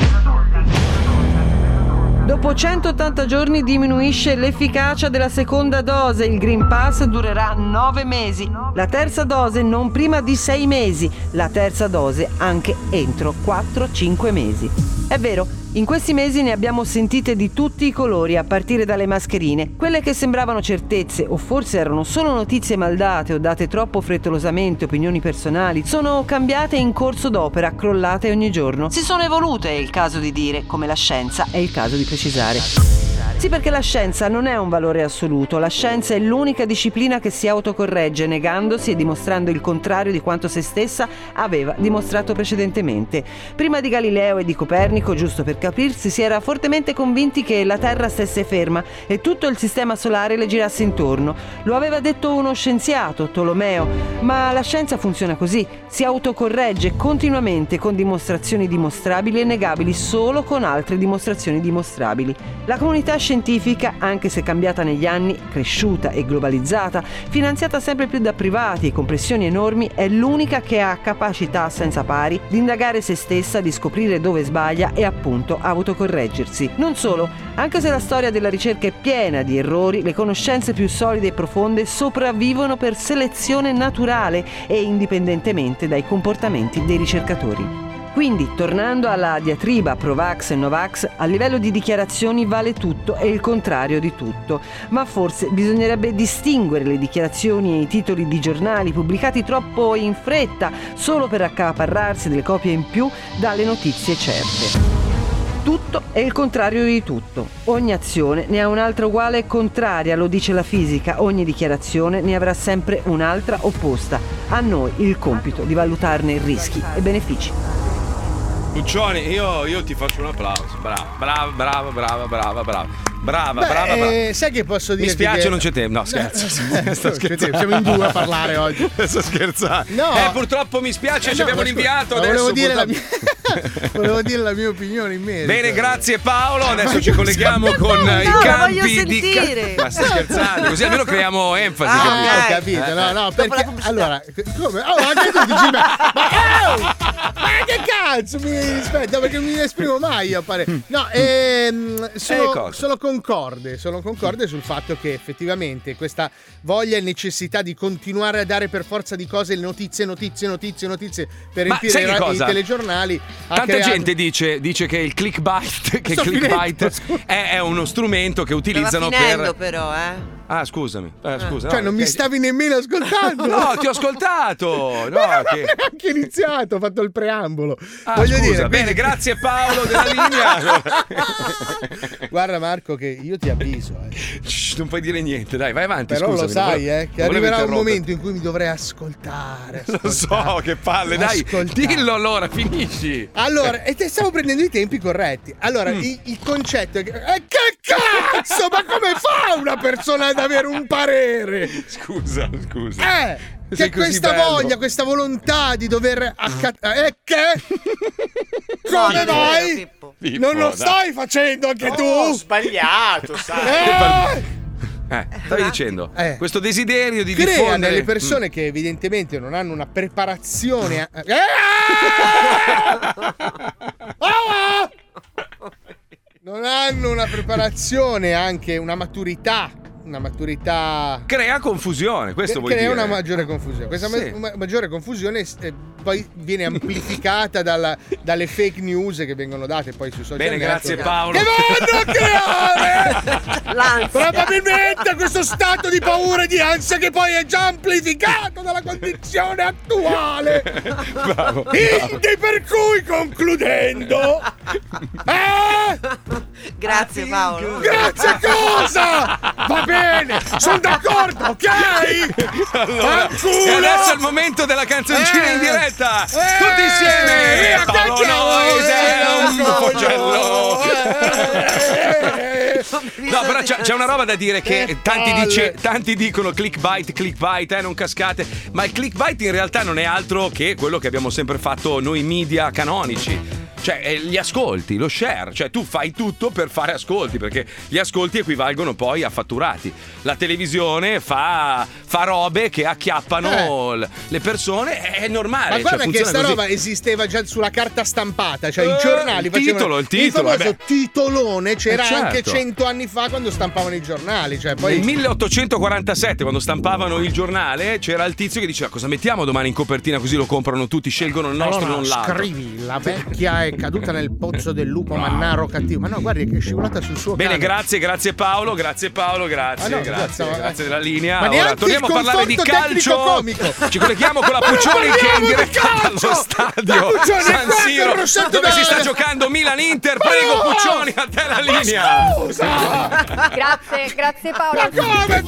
Dopo 180 giorni diminuisce l'efficacia della seconda dose, il Green Pass durerà 9 mesi, la terza dose non prima di 6 mesi, la terza dose anche entro 4-5 mesi. È vero, in questi mesi ne abbiamo sentite di tutti i colori, a partire dalle mascherine. Quelle che sembravano certezze o forse erano solo notizie maldate o date troppo frettolosamente, opinioni personali, sono cambiate in corso d'opera, crollate ogni giorno. Si sono evolute, è il caso di dire, come la scienza è il caso di precisare. Sì, perché la scienza non è un valore assoluto, la scienza è l'unica disciplina che si autocorregge negandosi e dimostrando il contrario di quanto se stessa aveva dimostrato precedentemente. Prima di Galileo e di Copernico, giusto per capirsi, si era fortemente convinti che la Terra stesse ferma e tutto il sistema solare le girasse intorno. Lo aveva detto uno scienziato, Tolomeo, ma la scienza funziona così, si autocorregge continuamente con dimostrazioni dimostrabili e negabili solo con altre dimostrazioni dimostrabili. La comunità scientifica, anche se cambiata negli anni, cresciuta e globalizzata, finanziata sempre più da privati e con pressioni enormi, è l'unica che ha capacità senza pari di indagare se stessa, di scoprire dove sbaglia e appunto autocorreggersi. Non solo, anche se la storia della ricerca è piena di errori, le conoscenze più solide e profonde sopravvivono per selezione naturale e indipendentemente dai comportamenti dei ricercatori. Quindi, tornando alla diatriba Provax e Novax, a livello di dichiarazioni vale tutto e il contrario di tutto, ma forse bisognerebbe distinguere le dichiarazioni e i titoli di giornali pubblicati troppo in fretta, solo per accaparrarsi delle copie in più, dalle notizie certe tutto è il contrario di tutto. Ogni azione ne ha un'altra uguale e contraria, lo dice la fisica. Ogni dichiarazione ne avrà sempre un'altra opposta. A noi il compito di valutarne i rischi e benefici. Puccioni, io, io ti faccio un applauso. Brava, brava, brava, brava, brava, brava. Brava, Beh, brava, brava. eh, sai che Eh, posso dire? Mi spiace, non c'è tempo. No, scherzo. Sto scherzando. Siamo in due a parlare oggi. Sto scherzando. No. Eh, purtroppo mi spiace, Eh, ci no, abbiamo ma rinviato. scusa, ma Adesso, volevo dire la purtroppo- Volevo dire la mia opinione in merito. Bene, grazie Paolo. Adesso Ma ci io- colleghiamo con eh, i No, la campi voglio di. sentire. Ma stai scherzando? Così almeno creiamo enfasi. Ah, capito? No, no, perché allora, come? Oh, anche tu dici, ma, ma, oh, ma che cazzo mi rispetta? Perché non mi esprimo mai io a pare. No, ehm, Eh, sono, cosa? sono concorde, sono concorde sul fatto che effettivamente questa voglia e necessità di continuare a dare per forza di cose le notizie, notizie, notizie, notizie per Ma riempire sai i, che ra- i cosa? telegiornali. ha Tanta creato- gente dice, dice che il clickbait, che Sto clickbait finendo, è, è uno strumento che utilizzano per. però, eh. Ah, scusami. Eh, scusa, Cioè, no, non mi ok. stavi nemmeno ascoltando. No, cioè, ti ho ascoltato. No, che- Anche iniziato, ho fatto il preambolo. Ah, Voglio scusa, dire, bene, grazie Paolo della linea. Guarda Marco che io ti avviso, eh. Shh, non puoi dire niente, dai, vai avanti. però scusami, lo sai volevo- eh, che volevo arriverà un interromperti. momento in cui mi dovrei ascoltare. Lo so, che palle, dai. Dillo allora, finisci. Eh, Allora, e te stavo prendendo i tempi corretti. Allora, Mm. i- il concetto è che... eh, che cazzo, ma come fa una persona ad avere un parere? Scusa, scusa. Eh, che Sei così questa bello. Ah. voglia, questa volontà di dover accattare... Eh, che? Come Pippo. mai? Pippo, non lo dai. stai facendo anche tu? Oh, sbagliato, sai. Eh! Eh, stavi dicendo, Eh. questo desiderio di crea diffondere... Mm. nelle persone che evidentemente non hanno una preparazione a- Eh! Ah! non hanno una preparazione anche una maturità una maturità Mm. Crea confusione, questo vuoi crea dire. una maggiore confusione questa ma- Sì. ma- maggiore confusione eh, poi viene amplificata dalla- dalle fake news che vengono date poi sui social Bene, network. grazie Paolo. che vanno a creare Probabilmente questo stato di paura e di ansia che poi è già amplificato dalla condizione attuale. Bravo. Quindi per cui concludendo... Eh? Grazie Paolo. Grazie cosa? Va bene, sono d'accordo, ok? Allora, Fanculo! e adesso è il momento della canzoncina Eh. in diretta. Eh. Tutti insieme. Via, Paolo cacchio! Noise è un Eh, macello. Eh. No, però c'è, c'è una roba da dire che Che tanti, palle. dice- tanti dicono clickbait, clickbait, eh, non cascate, ma il clickbait in realtà non è altro che quello che abbiamo sempre fatto noi media canonici. Cioè, eh, gli ascolti, lo share, cioè tu fai tutto per fare ascolti, perché gli ascolti equivalgono poi a fatturati. La televisione fa, fa robe che acchiappano Eh. l- le persone, è, è normale. Ma cioè, guarda che funziona sta così. roba esisteva già sulla carta stampata, cioè Eh, i giornali il facevano- titolo, il titolo, famoso vabbè. titolone c'era Eh, certo. anche cento anni fa quando stampavano i giornali, cioè Nel poi 1847, quando stampavano il giornale, c'era il tizio che diceva cosa mettiamo domani in copertina così lo comprano tutti, scelgono il nostro, Allora, non l'altro. scrivi la vecchia e è caduta nel pozzo del lupo mannaro cattivo. Ma no, guardi, che è scivolata sul suo Bene, cane. grazie, grazie Paolo, grazie Paolo, grazie, Ah, no, grazie, grazie, grazie, della linea. Ma Ora neanche torniamo a il parlare di conforto calcio. tecnico-comico. Ci colleghiamo con la Puccioni che è in diretta allo stadio Puccioni, San quattro, Siro, Rossetto dove si sta Italia. giocando Milan-Inter. Prego Puccioni, a te la linea. grazie, Eh, grazie Paolo. Ma come,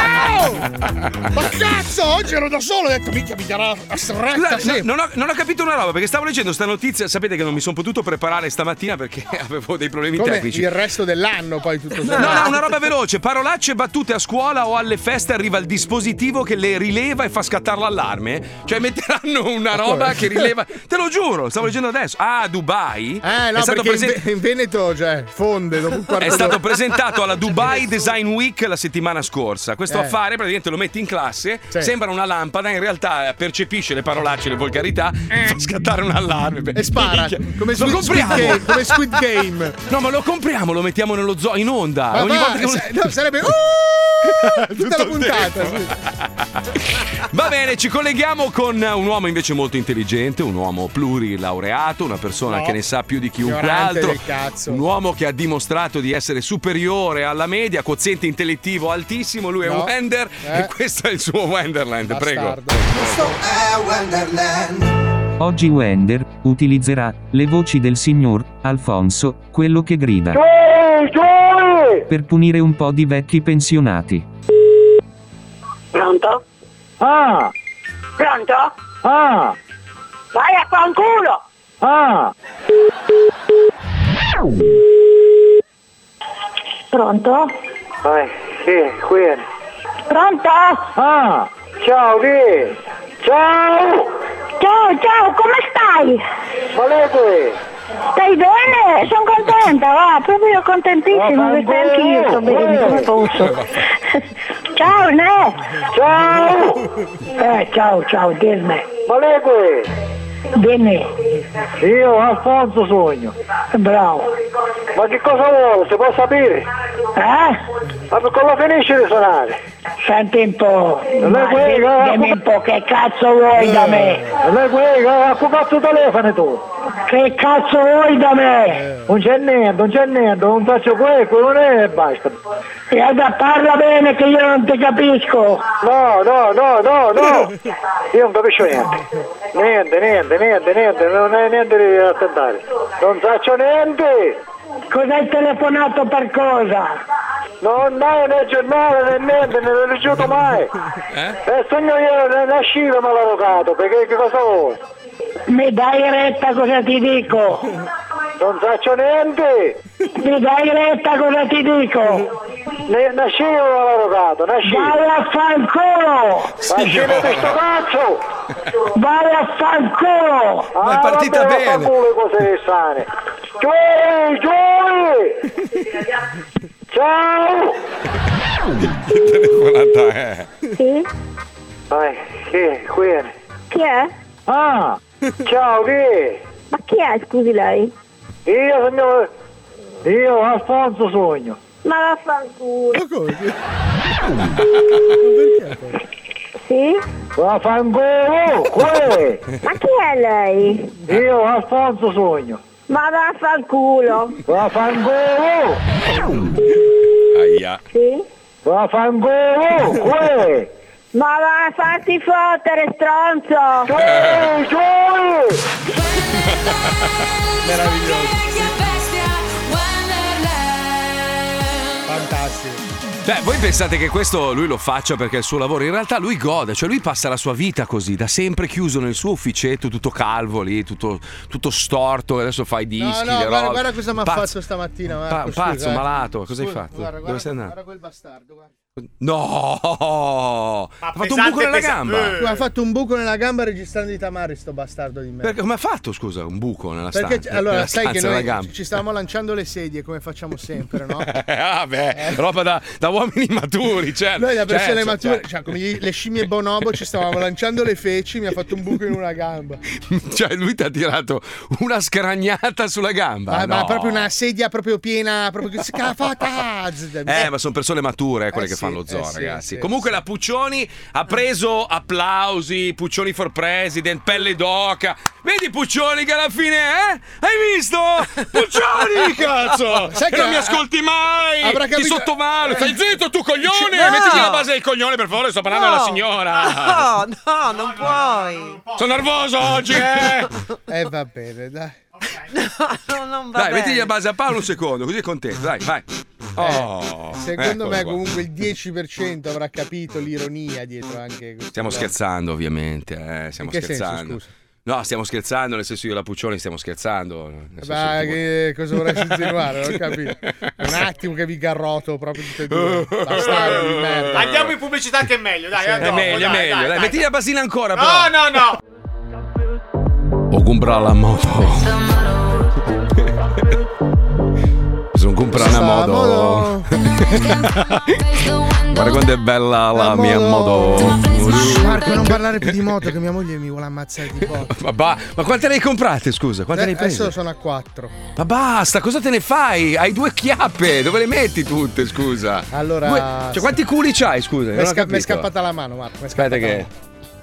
Palmieri? Ma cazzo, oggi ero da solo e ho detto, minchia, mi darà a stretta Scusate, sempre. no- non, ho, non ho capito una roba perché stavo leggendo sta notizia. Sapete che non mi sono potuto preparare stamattina perché avevo dei problemi Come tecnici. il resto dell'anno poi tutto No, sommato. no, una roba veloce. Parolacce battute a scuola o alle feste arriva il dispositivo che le rileva e fa scattare l'allarme. Cioè metteranno una roba che rileva. Te lo giuro, stavo leggendo adesso. Ah, a Dubai. Eh no, è stato perché in presen- Ve- in Veneto, cioè, fonde dopo un quarto è stato d'ora. presentato alla Dubai Design Week la settimana scorsa. Questo Eh. affare praticamente lo metti in classe, sembra una lampada, in realtà percepisce le parolacce, le volgarità, e fa scattare un allarme. Eh. E spara, Minchia. come lo Squid- compriamo. Squid Game- come Squid Game. No, ma lo compriamo, lo mettiamo nello zoo in onda. Ma Ogni va, volta che sa- no, sarebbe uh, tutta la puntata. sì. Va bene, ci colleghiamo con un uomo invece molto intelligente, un uomo plurilaureato, una persona No. che ne sa più di chiunque Ignorante altro. del cazzo. Un uomo che ha dimostrato di essere superiore alla media, quoziente intellettivo altissimo, lui No. è Wender Eh. e questo è il suo Wenderland, prego. Questo è Wonderland. Oggi Wender utilizzerà le voci del signor Alfonso, quello che Ah. grida, Giù, giù! per punire un po' di vecchi pensionati. Pronto? Ah! Pronto? Ah! Vai a fanculo! Ah! Pronto? Eh, sì, qui. Pronto? Ah! Ciao, lì! Ciao! Ciao, ciao, come stai? Volete? Stai bene? Sono contenta, va, proprio contentissima che stai anche io, sto bene, come Eh, posso. Ciao, no! Ciao! Eh, ciao, ciao, dimmi. Volete? Dimmi. Io Alfonso sogno. Bravo. Ma che cosa vuole? Si può sapere? Eh? Ma per cosa finisce di suonare? Senti un po'. ma di- dimmi un po' che cazzo vuoi da me? eh, Non eh, è quello, a che cazzo telefono tu? Che cazzo vuoi da me? Non c'è niente, non c'è niente, non faccio quello, quello non è e basta. E allora parla bene che io non ti capisco. No, no, no, no, no. Io non capisco niente. Niente, niente, niente, niente, non è niente di attentare. Non faccio niente. Cos'hai telefonato per cosa? Non dai né giornale né niente, non l'ho ricevuto mai. E il sogno io ne nascivo maleducato, perché che cosa vuoi? Mi dai retta cosa ti dico? Non faccio niente! Mi dai retta cosa ti dico? Ne, nascivo maleducato, nascivo! Vai a fanculo! Nascivo Signore. questo cazzo! Vai a fanculo! Ah, Ma è partita bene. Fanculo cose sane! Gioi, gioi! Ciao! Che telefonata è? Sì? Vai, sì, qui. Chi è? Ah! Ciao, chi? Ma chi è, scusi lei? Io sono... Io Alfonso Sogno. Ma vaffanculo. Ma così? Sì? Vaffanculo! qui. Ma chi è lei? Io Alfonso Sogno. Ma vaffanculo! Vaffanculo! Aia. Sì? Vaffanculo! qui. Ma va a farti fottere, stronzo! Giù, giù! Fantastico. Beh, voi pensate che questo lui lo faccia perché è il suo lavoro, in realtà lui gode, cioè lui passa la sua vita così, da sempre chiuso nel suo ufficetto, tutto calvo lì, tutto, tutto storto, e adesso fa i No, dischi, no, le guarda, robe. guarda cosa mi ha Pazzo. fatto stamattina. Pa- Marco, pazzo, scusa, eh. malato, cosa hai Scusa, fatto? Guarda, Dove guarda, sei andato? guarda quel bastardo. guarda. No! ha fatto un buco nella gamba. Tu hai fatto un buco nella gamba registrando i tamari, sto bastardo di merda. Perché, come ha fatto, scusa, un buco nella stanza? Perché allora nella sai che stanza della noi gamba? ci stavamo lanciando le sedie come facciamo sempre, no? Eh. ah, beh, roba da, da uomini maturi, certo. Noi da persone certo, mature, certo. cioè come gli- le scimmie bonobo ci stavamo lanciando le feci, mi ha fatto un buco in una gamba. Cioè, lui ti ha tirato una scragnata sulla gamba. Ma, Ah, ma no. proprio una sedia proprio piena, proprio che si cava fatta. cioè. Eh, ma sono persone mature eh, quelle Eh che sì, fanno lo zoo, eh sì, ragazzi. sì, Comunque la Puccioni ha preso applausi, Puccioni for president, pelle d'oca. Vedi Puccioni che alla fine, eh? Hai visto? Puccioni, cazzo! Sai Sai che non mi a- ascolti mai! avrà Ti capito- sottovaluto! Stai zitto tu, coglione! No. Mettiti la base del coglione, per favore, sto parlando alla No. signora! No, no, non puoi. Sono nervoso oggi, eh! Eh, va bene, dai. No, non va Dai, bene. mettigli la base a Paolo un secondo, così è contento. Dai, vai. Oh, Secondo eccolo me qua. comunque il 10% avrà capito l'ironia dietro anche questo. Stiamo qua. scherzando, ovviamente. eh, stiamo In che senso, scherzando. no, stiamo scherzando, nel senso io e la Puccioni stiamo scherzando. nel senso Ma tipo- che cosa vorresti insinuare? Non ho capito. Un attimo che vi garroto proprio tutte e due. Bastardi di merda. Andiamo in pubblicità che è meglio, dai. Eh. È meglio, è meglio. Dai, metti la basina ancora, No, però. no, no. Ho comprato la moto. Sono comprato una Sta moto. Guarda quanto è bella la, mia moto. Marco, non parlare più di moto che mia moglie mi vuole ammazzare di poco. Ma, ba- ma quante ne hai comprate, scusa? Quante ne hai prese? Eh, Adesso sono a 4. Ma basta, cosa te ne fai? Hai due chiappe, dove le metti tutte, scusa? Allora- Due- Cioè, quanti culi c'hai, scusa? Mi Non è, ho sca- mi è capito. scappata la mano, Marco. mi è Aspetta scappata la che...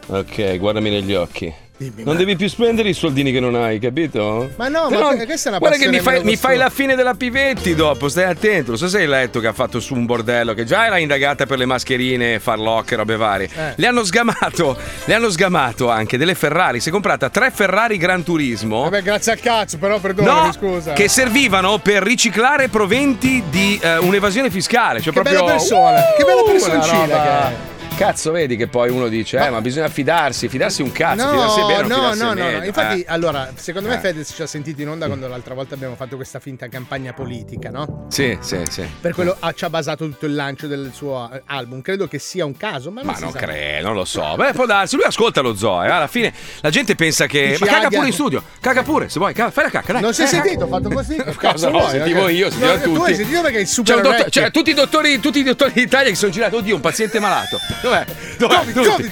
mano. Ok, guardami negli occhi. Dimmi, non devi più spendere i soldini che non hai, capito? Ma no, Se ma que- questa è una Guarda che mi passione fai, meno mi fai costosa. la fine della Pivetti dopo, stai attento. Lo so se hai letto che ha fatto su un bordello, che già era indagata per le mascherine, farlocche, robe varie. Eh. Le hanno sgamato, le hanno sgamato anche delle Ferrari. Si è comprata tre Ferrari Gran Turismo. Vabbè, grazie al cazzo, però perdonami, No, scusa. che servivano per riciclare proventi di eh, un'evasione fiscale. Cioè Che proprio, Uh, bella persona, che bella una personcina roba- che Cazzo, vedi che poi uno dice, eh, ma bisogna fidarsi, fidarsi un cazzo, fidarsi è bene, non no, fidarsi è no, no, no. meglio, Infatti, eh. allora, secondo me Eh. Fedez ci ha sentito in onda quando l'altra volta abbiamo fatto questa finta campagna politica, no? Sì, sì, sì. Per quello ah, ci ha basato tutto il lancio del suo eh, album. Credo che sia un caso, ma non Ma si non sa. credo, non lo so. Beh, può darsi, lui ascolta lo zoo, eh. alla fine la gente pensa che... Dici, ma caga adia- pure in studio, caga pure, se vuoi, caga- fai la cacca, dai. Non si è Eh, sentito, ho fatto così. che Cosa cazzo no, vuoi, sentivo ok? io, sentivo No, tutti. Tu hai sentito perché il C'è super un dottor- orecchio. cioè, tutti i dottori, tutti i dottori d'Italia che sono girati, oddio, un paziente malato. Dov'è? Dov'è? Tutti.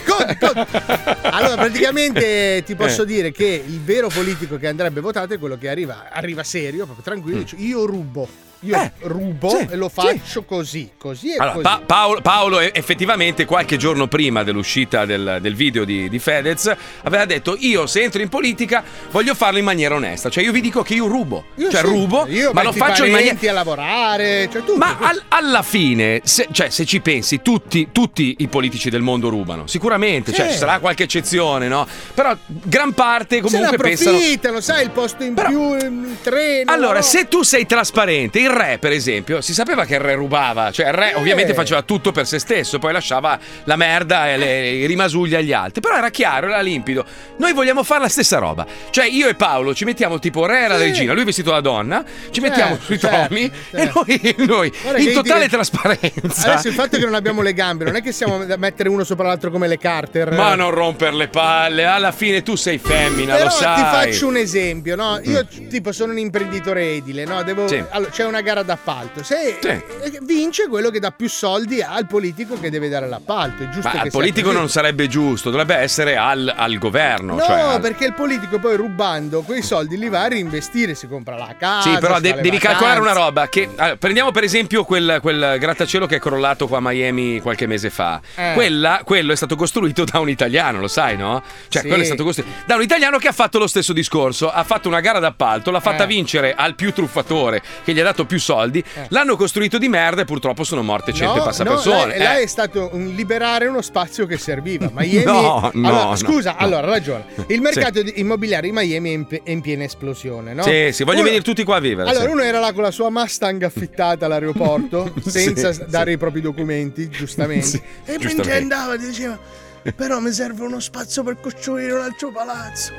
Allora, praticamente ti posso Eh. dire che il vero politico che andrebbe votato è quello che arriva, arriva serio, proprio tranquillo, Mm. dice io rubo. Io rubo e lo faccio così, così e Eh. Allora, così. Pa- Paolo, Paolo, eh, effettivamente qualche giorno prima dell'uscita del, del video di, di Fedez aveva detto io se entro in politica voglio farlo in maniera onesta, cioè io vi dico che io rubo, Io cioè sì, rubo, io ma metto lo i faccio in maniera... parenti a lavorare, cioè tutto. Ma al- alla fine, se, cioè, se ci pensi, tutti, tutti i politici del mondo rubano, sicuramente, cioè, Sì. ci sarà qualche eccezione, no? Però gran parte Se ne comunque approfittano, pensano... sai, il posto in più, il treno. Allora, no? se tu sei trasparente, il re, per esempio, si sapeva che il re rubava, cioè il re ovviamente faceva tutto per se stesso, poi lasciava la merda e le, i rimasugli agli altri, però era chiaro, era limpido. Noi vogliamo fare la stessa roba. Cioè io e Paolo ci mettiamo tipo re e la regina, lui vestito da donna, ci mettiamo sui certo, tomi certo. e noi, noi Guarda che in io totale direi- trasparenza. Adesso il fatto è che non abbiamo le gambe, non è che siamo da mettere uno sopra l'altro come le Carter. Ma non romper le palle, alla fine tu sei femmina, Però lo sai. ti faccio un esempio, no? Io tipo sono un imprenditore edile, no? Devo- Sì. allora, c'è una gara d'appalto. Se Sì. eh, vince quello che dà più soldi al politico che deve dare l'appalto, è giusto Ma che al sia politico così. non sarebbe giusto, dovrebbe essere al, al governo. No, cioè al- perché il politico poi rubando quei soldi li va a reinvestire, si compra la casa. Sì, però si de- fa le devi Ah, vacanze. calcolare una roba. Che, allora, prendiamo per esempio quel, quel grattacielo che è crollato qua a Miami qualche mese fa. Eh. Quella- quello è stato costruito da un italiano, lo sai, no? Cioè, Sì. quello è stato costruito da un italiano che ha fatto lo stesso discorso. Ha fatto una gara d'appalto, l'ha fatta Eh. vincere al più truffatore che gli ha dato più soldi. L'hanno costruito di merda e purtroppo sono morte cento e Eh. No, passa no, persone. là, là eh. è stato un liberare uno spazio che serviva. Miami, No, no, allora, no, scusa, no. allora ragiona. Sì. Il mercato di- immobiliare di Miami è in, pe- è in piena esplosione, no? Sì, sì, voglio Uno- venire tutti qua a vivere. Allora, sì. uno era là con la sua Mustang affittata all'aeroporto, Sì, senza sì. dare i propri documenti, giustamente. Sì, e mentre giustamente. andava diceva, però mi serve uno spazio per costruire un altro palazzo.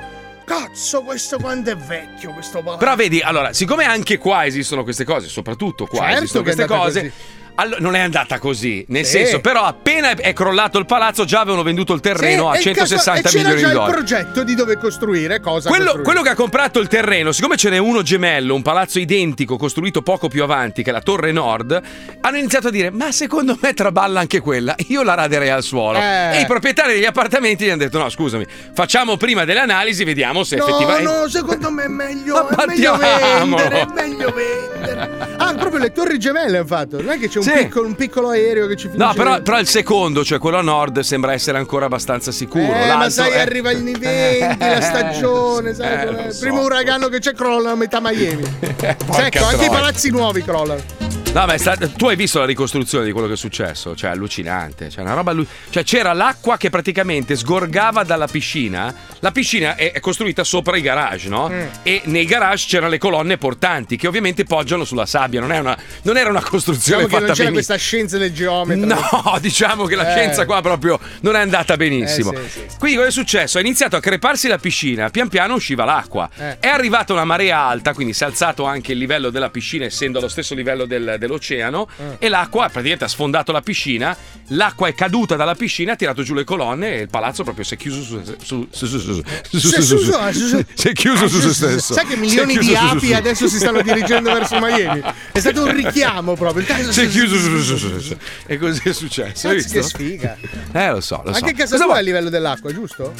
Cazzo, questo quanto è vecchio questo palazzo. Però vedi, allora, siccome anche qua esistono queste cose, soprattutto qua Certo esistono che è queste andata cose. così. Allora, non è andata così, nel Sì. senso, però appena è crollato il palazzo già avevano venduto il terreno Sì, a e il cazzo- 160 e c'era milioni già di il dollari. progetto di dove costruire, cosa Quello, costruire. quello che ha comprato il terreno, siccome ce n'è uno gemello, un palazzo identico costruito poco più avanti, che è la Torre Nord, hanno iniziato a dire: Ma secondo me traballa anche quella, io la raderei al suolo. Eh. E i proprietari degli appartamenti gli hanno detto: No, scusami, facciamo prima delle analisi, vediamo se effettivamente. No, no, secondo me è meglio, è meglio partiamo. vendere, è meglio vendere. Ah, proprio le le torri gemelle hanno fatto. Non è che c'è un, Sì. piccolo, un piccolo aereo che ci finisce. No, però, però il secondo, cioè quello a nord, sembra essere ancora abbastanza sicuro. Eh, ma L'altro sai, è- arriva il venti, la stagione, sai, eh, qual è? lo so. primo uragano che c'è crolla a metà Miami. Porca Sai, ecco, anche i troia. palazzi nuovi crollano. No, ma è stato- tu hai visto la ricostruzione di quello che è successo? Cioè, allucinante. Cioè, una roba allu- cioè, c'era l'acqua che praticamente sgorgava dalla piscina. La piscina è, è costruita sopra i garage, no? Mm. E nei garage c'erano le colonne portanti che ovviamente poggiano sulla sabbia. Non, è una- non era una costruzione Diciamo che non fatta c'era benissimo. questa scienza del geometra. No, diciamo che Eh. la scienza qua proprio non è andata benissimo. Eh, sì, sì. Quindi cosa è successo? Ha iniziato a creparsi la piscina, pian piano usciva l'acqua. Eh. È arrivata una marea alta, quindi si è alzato anche il livello della piscina, essendo allo stesso livello del- dell'oceano, Eh. e l'acqua praticamente ha sfondato la piscina, l'acqua è caduta dalla piscina, ha tirato giù le colonne e il palazzo proprio si è chiuso su su- su- su- su- su- Se su- su- su- su- su- si è chiuso Ah, su se stesso. Sai che Si è milioni di chiuso su- su- api su- adesso si stanno dirigendo verso Miami? È stato un richiamo proprio. Si è chiuso su- su- su- su- su- e così è successo. Hai Cazzo, visto? che sfiga. Eh, lo so, lo so. Anche in casa tua Cosa è vuoi? a livello dell'acqua, giusto?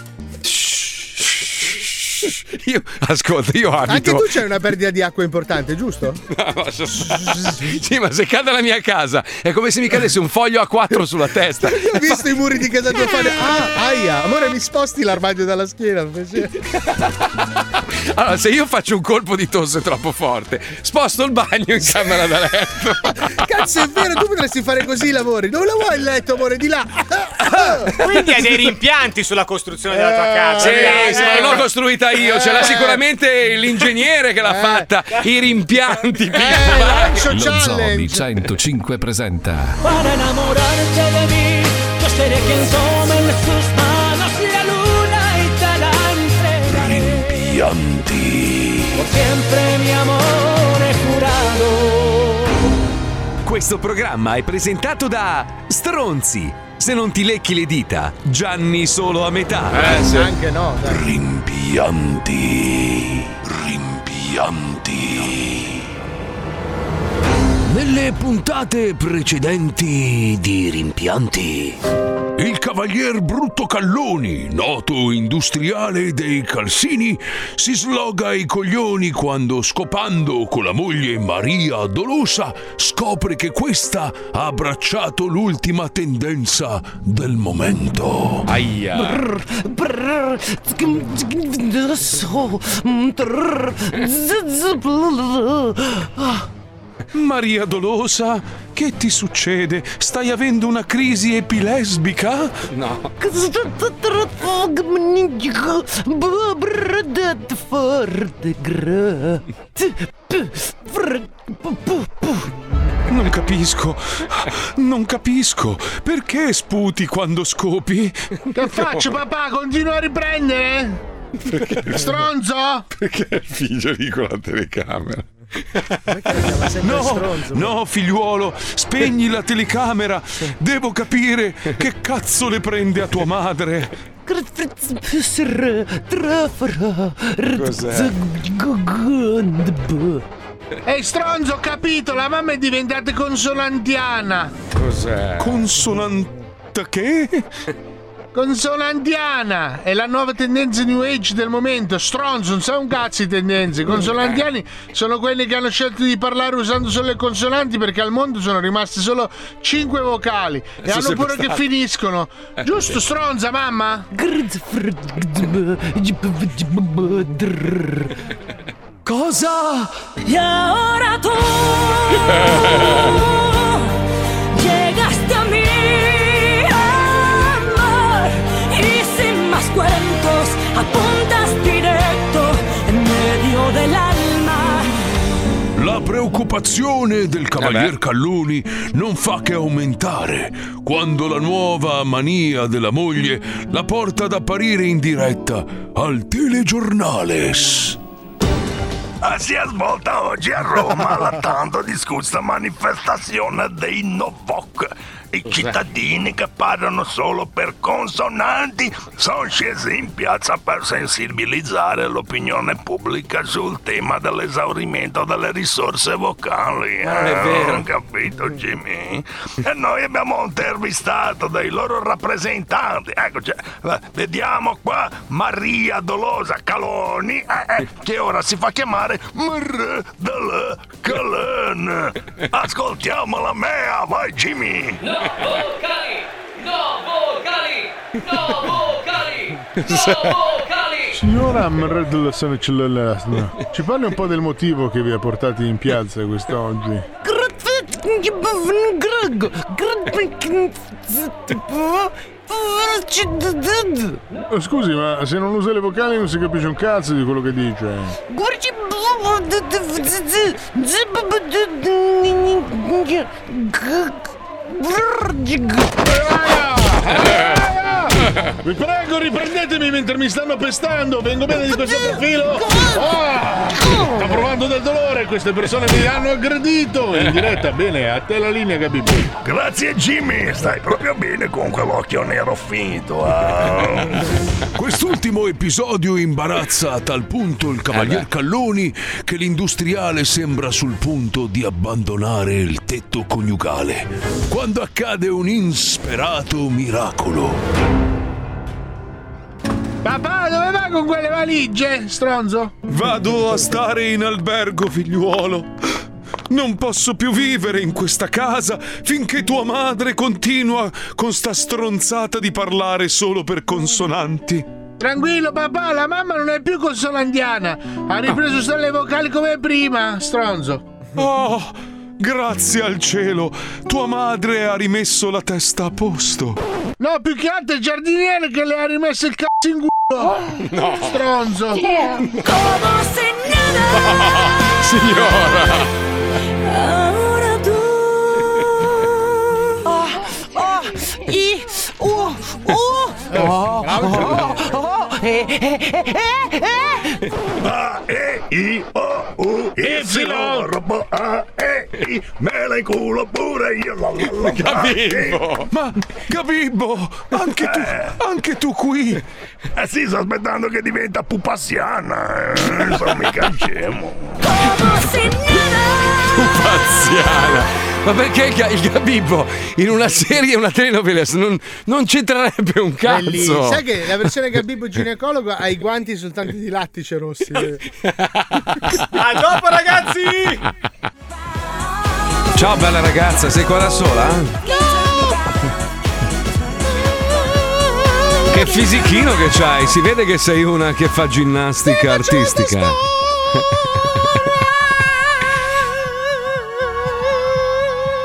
Io, ascolta, io abito. Anche tu c'hai una perdita di acqua importante, giusto? No, ma so- sì, ma se cade la mia casa è come se mi cadesse un foglio A4 sulla testa. Io ho visto i muri di casa tua fare. Ah, aia, amore, mi sposti l'armadio dalla schiena. per piacere." Allora, se io faccio un colpo di tosse troppo forte, sposto il bagno in camera da letto. Cazzo, è vero, tu potresti fare così i lavori. Dove la vuoi il letto, amore? Di là. Quindi hai dei rimpianti sulla costruzione della tua casa. Sì, dai. sì, ma non l'ho costruita io, ce Eh. l'ha sicuramente l'ingegnere che l'ha fatta. I Eh, rimpianti. Lo Zoo di 105 presenta Para enamorarte de mí, yo seré quien tome en sus manos la luna y te la entregaré. Por siempre mi amor he jurado. Questo programma è presentato da Stronzi. Se non ti lecchi le dita, Gianni solo a metà. Eh, sì. Anche no. dai. Rimpianti. Rimpianti. Nelle puntate precedenti di Rimpianti. Il cavalier Brutto Calloni, noto industriale dei calzini, si sloga i coglioni quando, scopando con la moglie Maria Dolosa, scopre che questa ha abbracciato l'ultima tendenza del momento. Aia. Brrr, zgm, zgm, so, mm, trrr, z- z- blr. Ah, Maria Dolosa, che ti succede? Stai avendo una crisi epilesbica? No. z- t- t- tr- fog, mn- g- b- brr, d- d- fr- d- gr- t- p- fr- p- p- Non capisco, non capisco. Perché sputi quando scopi? Che faccio, papà? Continua a riprendere? Stronzo? Perché il figlio dico la telecamera? No, no, figliuolo, spegni la telecamera. Devo capire che cazzo le prende a tua madre. gr- fr- z- p- sr- tr- fr- r- Cos'è? z- g- g- d- b. Ehi Eh, stronzo, ho capito, la mamma è diventata consonantiana. Cos'è? Consonanta che? Consonantiana è la nuova tendenza new age del momento. Stronzo, non sa un cazzo di tendenze. I Eh. Consonantiani sono quelli che hanno scelto di parlare usando solo le consonanti perché al mondo sono rimaste solo 5 vocali e Eh, sono hanno sempre pure che state. finiscono. Eh, Giusto, sì. stronza, mamma? Cosa? Y ahora tú Llegaste a mí, amor, y sin más cuentos apuntas directo en medio del alma. La preoccupazione del Eh cavalier Calloni non fa che aumentare quando la nuova mania della moglie la porta ad apparire in diretta al telegiornale. Ah, si è svolta oggi a Roma la tanto discussa manifestazione dei Novoc. I cittadini che parlano solo per consonanti sono scesi in piazza per sensibilizzare l'opinione pubblica sul tema dell'esaurimento delle risorse vocali. Non è eh, vero. ho capito, Jimmy? E noi abbiamo intervistato dei loro rappresentanti. Ecco, cioè, eh, vediamo qua Maria Dolosa Caloni, eh, eh, che ora si fa chiamare Mar del Caloni. Maiden! Ascoltiamo la mea, vai Jimmy! No vocali! No vocali! No vocali! Signora Mredlson Cellulastna, ci parli un po' del motivo che vi ha portati in piazza quest'oggi? Oh, Scusi, ma se non usa le vocali non si capisce un cazzo di quello che dice. Vi prego, riprendetemi mentre mi stanno pestando. Vengo bene di questo profilo. Ah, sto provando del dolore. Queste persone mi hanno aggredito. In diretta, bene, a te la linea, capito? Grazie Jimmy, stai proprio bene con quell'occhio nero finto. ah. Quest'ultimo episodio imbarazza a tal punto il Eh cavalier Calloni che l'industriale sembra sul punto di abbandonare il tetto coniugale. Quando accade un insperato miracolo. Papà, dove va con quelle valigie, stronzo? Vado a stare in albergo, figliuolo. Non posso più vivere in questa casa finché tua madre continua con sta stronzata di parlare solo per consonanti. Tranquillo papà, la mamma non è più consolandiana. Ha ripreso solo le vocali come prima, stronzo. Oh, grazie al cielo, tua madre ha rimesso la testa a posto. No, più che altro è il giardiniere che le ha rimesso il cazzo in culo. No. Stronzo. Como si Signora! Ahora tú. Ah, Oh, oh, y. Uh, uh. Oh, Oh, oh, eh, eh, eh, eh, eh. A, E, I, O, U, Y, robo, A, E, I, me la inculo pure io. La, la, la, Gabibbo! Ma, Gabibbo, anche tu, anche tu qui. Eh sì, sto aspettando che diventa pupassiana. eh, Non sono mica scemo. Pazziana. Ma perché il, ga- il Gabibbo in una serie, una telenovela, se non, non c'entrerebbe un cazzo? Bellissimo. Sai che la versione Gabibbo ginecologo ha i guanti soltanto di lattice rossi. A dopo, ragazzi! Ciao bella ragazza, sei qua da sola? Che fisichino che c'hai, si vede che sei una che fa ginnastica artistica.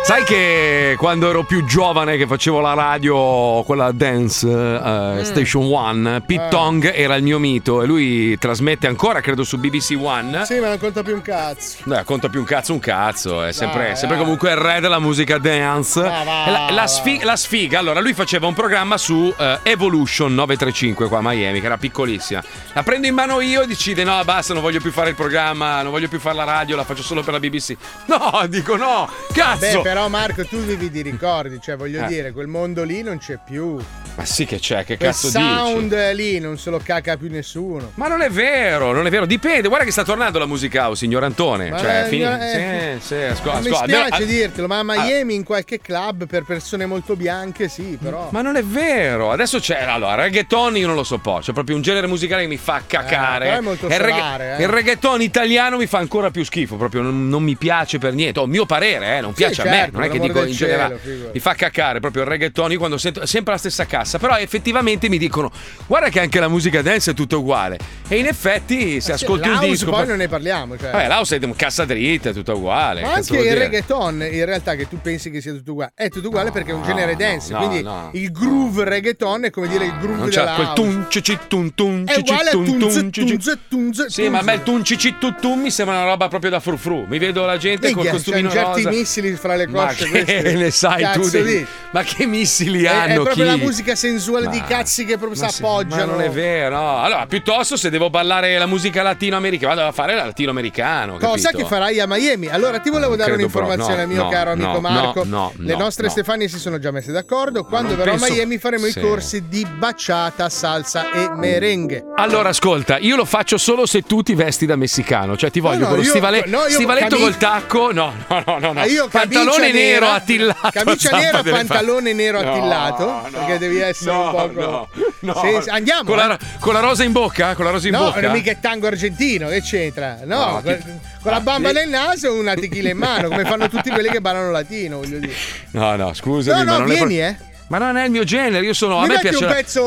Sai che quando ero più giovane che facevo la radio, quella dance eh, Station One, Pete Mm. Eh. Tong era il mio mito e lui trasmette ancora, credo, su BBC One. Sì, ma non conta più un cazzo. No, conta più un cazzo un cazzo, è sempre, Dai, sempre dai. comunque il re della musica dance. Ma eh. va, E la, la sfi- la sfiga, allora lui faceva un programma su eh, Evolution 935 qua a Miami, che era piccolissima. La prendo in mano io e decide no, basta, non voglio più fare il programma, non voglio più fare la radio, la faccio solo per la BBC. No, dico no, cazzo! Beh, però Marco, tu vivi di ricordi, cioè voglio Eh. dire, quel mondo lì non c'è più. Quel Ma sì che c'è, che cazzo dici? sound lì non se lo caca più nessuno. Ma non è vero, non è vero, dipende, guarda che sta tornando la musica house, signor Antone. Ma cioè, eh, fini- eh, Sì, sì, ascol- Non mi ascol- almeno- spiace dirtelo, ma a ah. Miami in qualche club per persone molto bianche sì, però. Ma non è vero, adesso c'è allora reggaeton io non lo sopporto, c'è proprio un genere musicale che mi fa cacare. Eh, però è molto E il solare, eh. il reggaeton italiano mi fa ancora più schifo, proprio non, non mi piace per niente, o mio parere, eh, non Sì, piace a me, certo, non è per che l'amor dico del in cielo, generale. figurati. Mi fa cacare proprio il reggaeton io quando sento sempre la stessa cassa, però effettivamente mi dicono "Guarda che anche la musica dance è tutta uguale". E in effetti se ascolti un Eh L'house disco poi per- non ne parliamo, cioè. Vabbè, l'house è cassa dritta, è tutta uguale. Ma cazzo anche vuol il dire? reggaeton, in realtà, che tu pensi che sia tutto uguale, è tutto uguale perché è un genere no, dance. no, quindi no. il groove reggaeton è come dire il groove Non della c'ha quel house. tun cici tun tun È cici uguale a tun, tun, tun, zet, cici. tun, zet, tun, zet, Sì, tun, ma a me il zet. tun cici tun tun mi sembra una roba proprio da frufru. Mi vedo la gente col Minchia, costumino c'hanno certi rosa. missili fra le Ma cosce. che queste. ne sai Cazzo tu? dei- di- Ma che missili È, è hanno proprio la chi? musica sensuale di Ma- cazzi che proprio si ma sì, ma appoggiano. non è vero, no. Allora, piuttosto se devo ballare la musica latinoamericana, vado a fare la latinoamericano. Cosa capito? che farai a Miami? Allora ti volevo dare credo un'informazione, proprio, no, mio no, caro amico no, Marco. no, no, Le no, nostre no. Stefani si sono già messe d'accordo. Quando non verrò a penso- Miami faremo sì. i corsi di baciata, salsa e merengue. Allora, ascolta, io lo faccio solo se tu ti vesti da messicano. Cioè, ti voglio no, quello io- stivale- no, io- stivaletto cami- col tacco. No, no, no, no. no. Ah, io camicia pantalone nera- nero attillato. Camicia zampa nera, delle fa- pantalone nero No, attillato. no. Perché devi essere no, un poco. No, no. Sì, sì, andiamo. Con la, eh. con la rosa in bocca? Con la rosa in No, bocca? non è mica il tango argentino, che c'entra? No, No, con, ti- con la bamba ah, nel naso e una tequila in mano, come fanno tutti quelli che parlano latino, voglio dire. No, no, scusami. No, no, ma non è vieni, pro- eh. Ma non è il mio genere, io sono. Mi a me metti piace. un la- pezzo,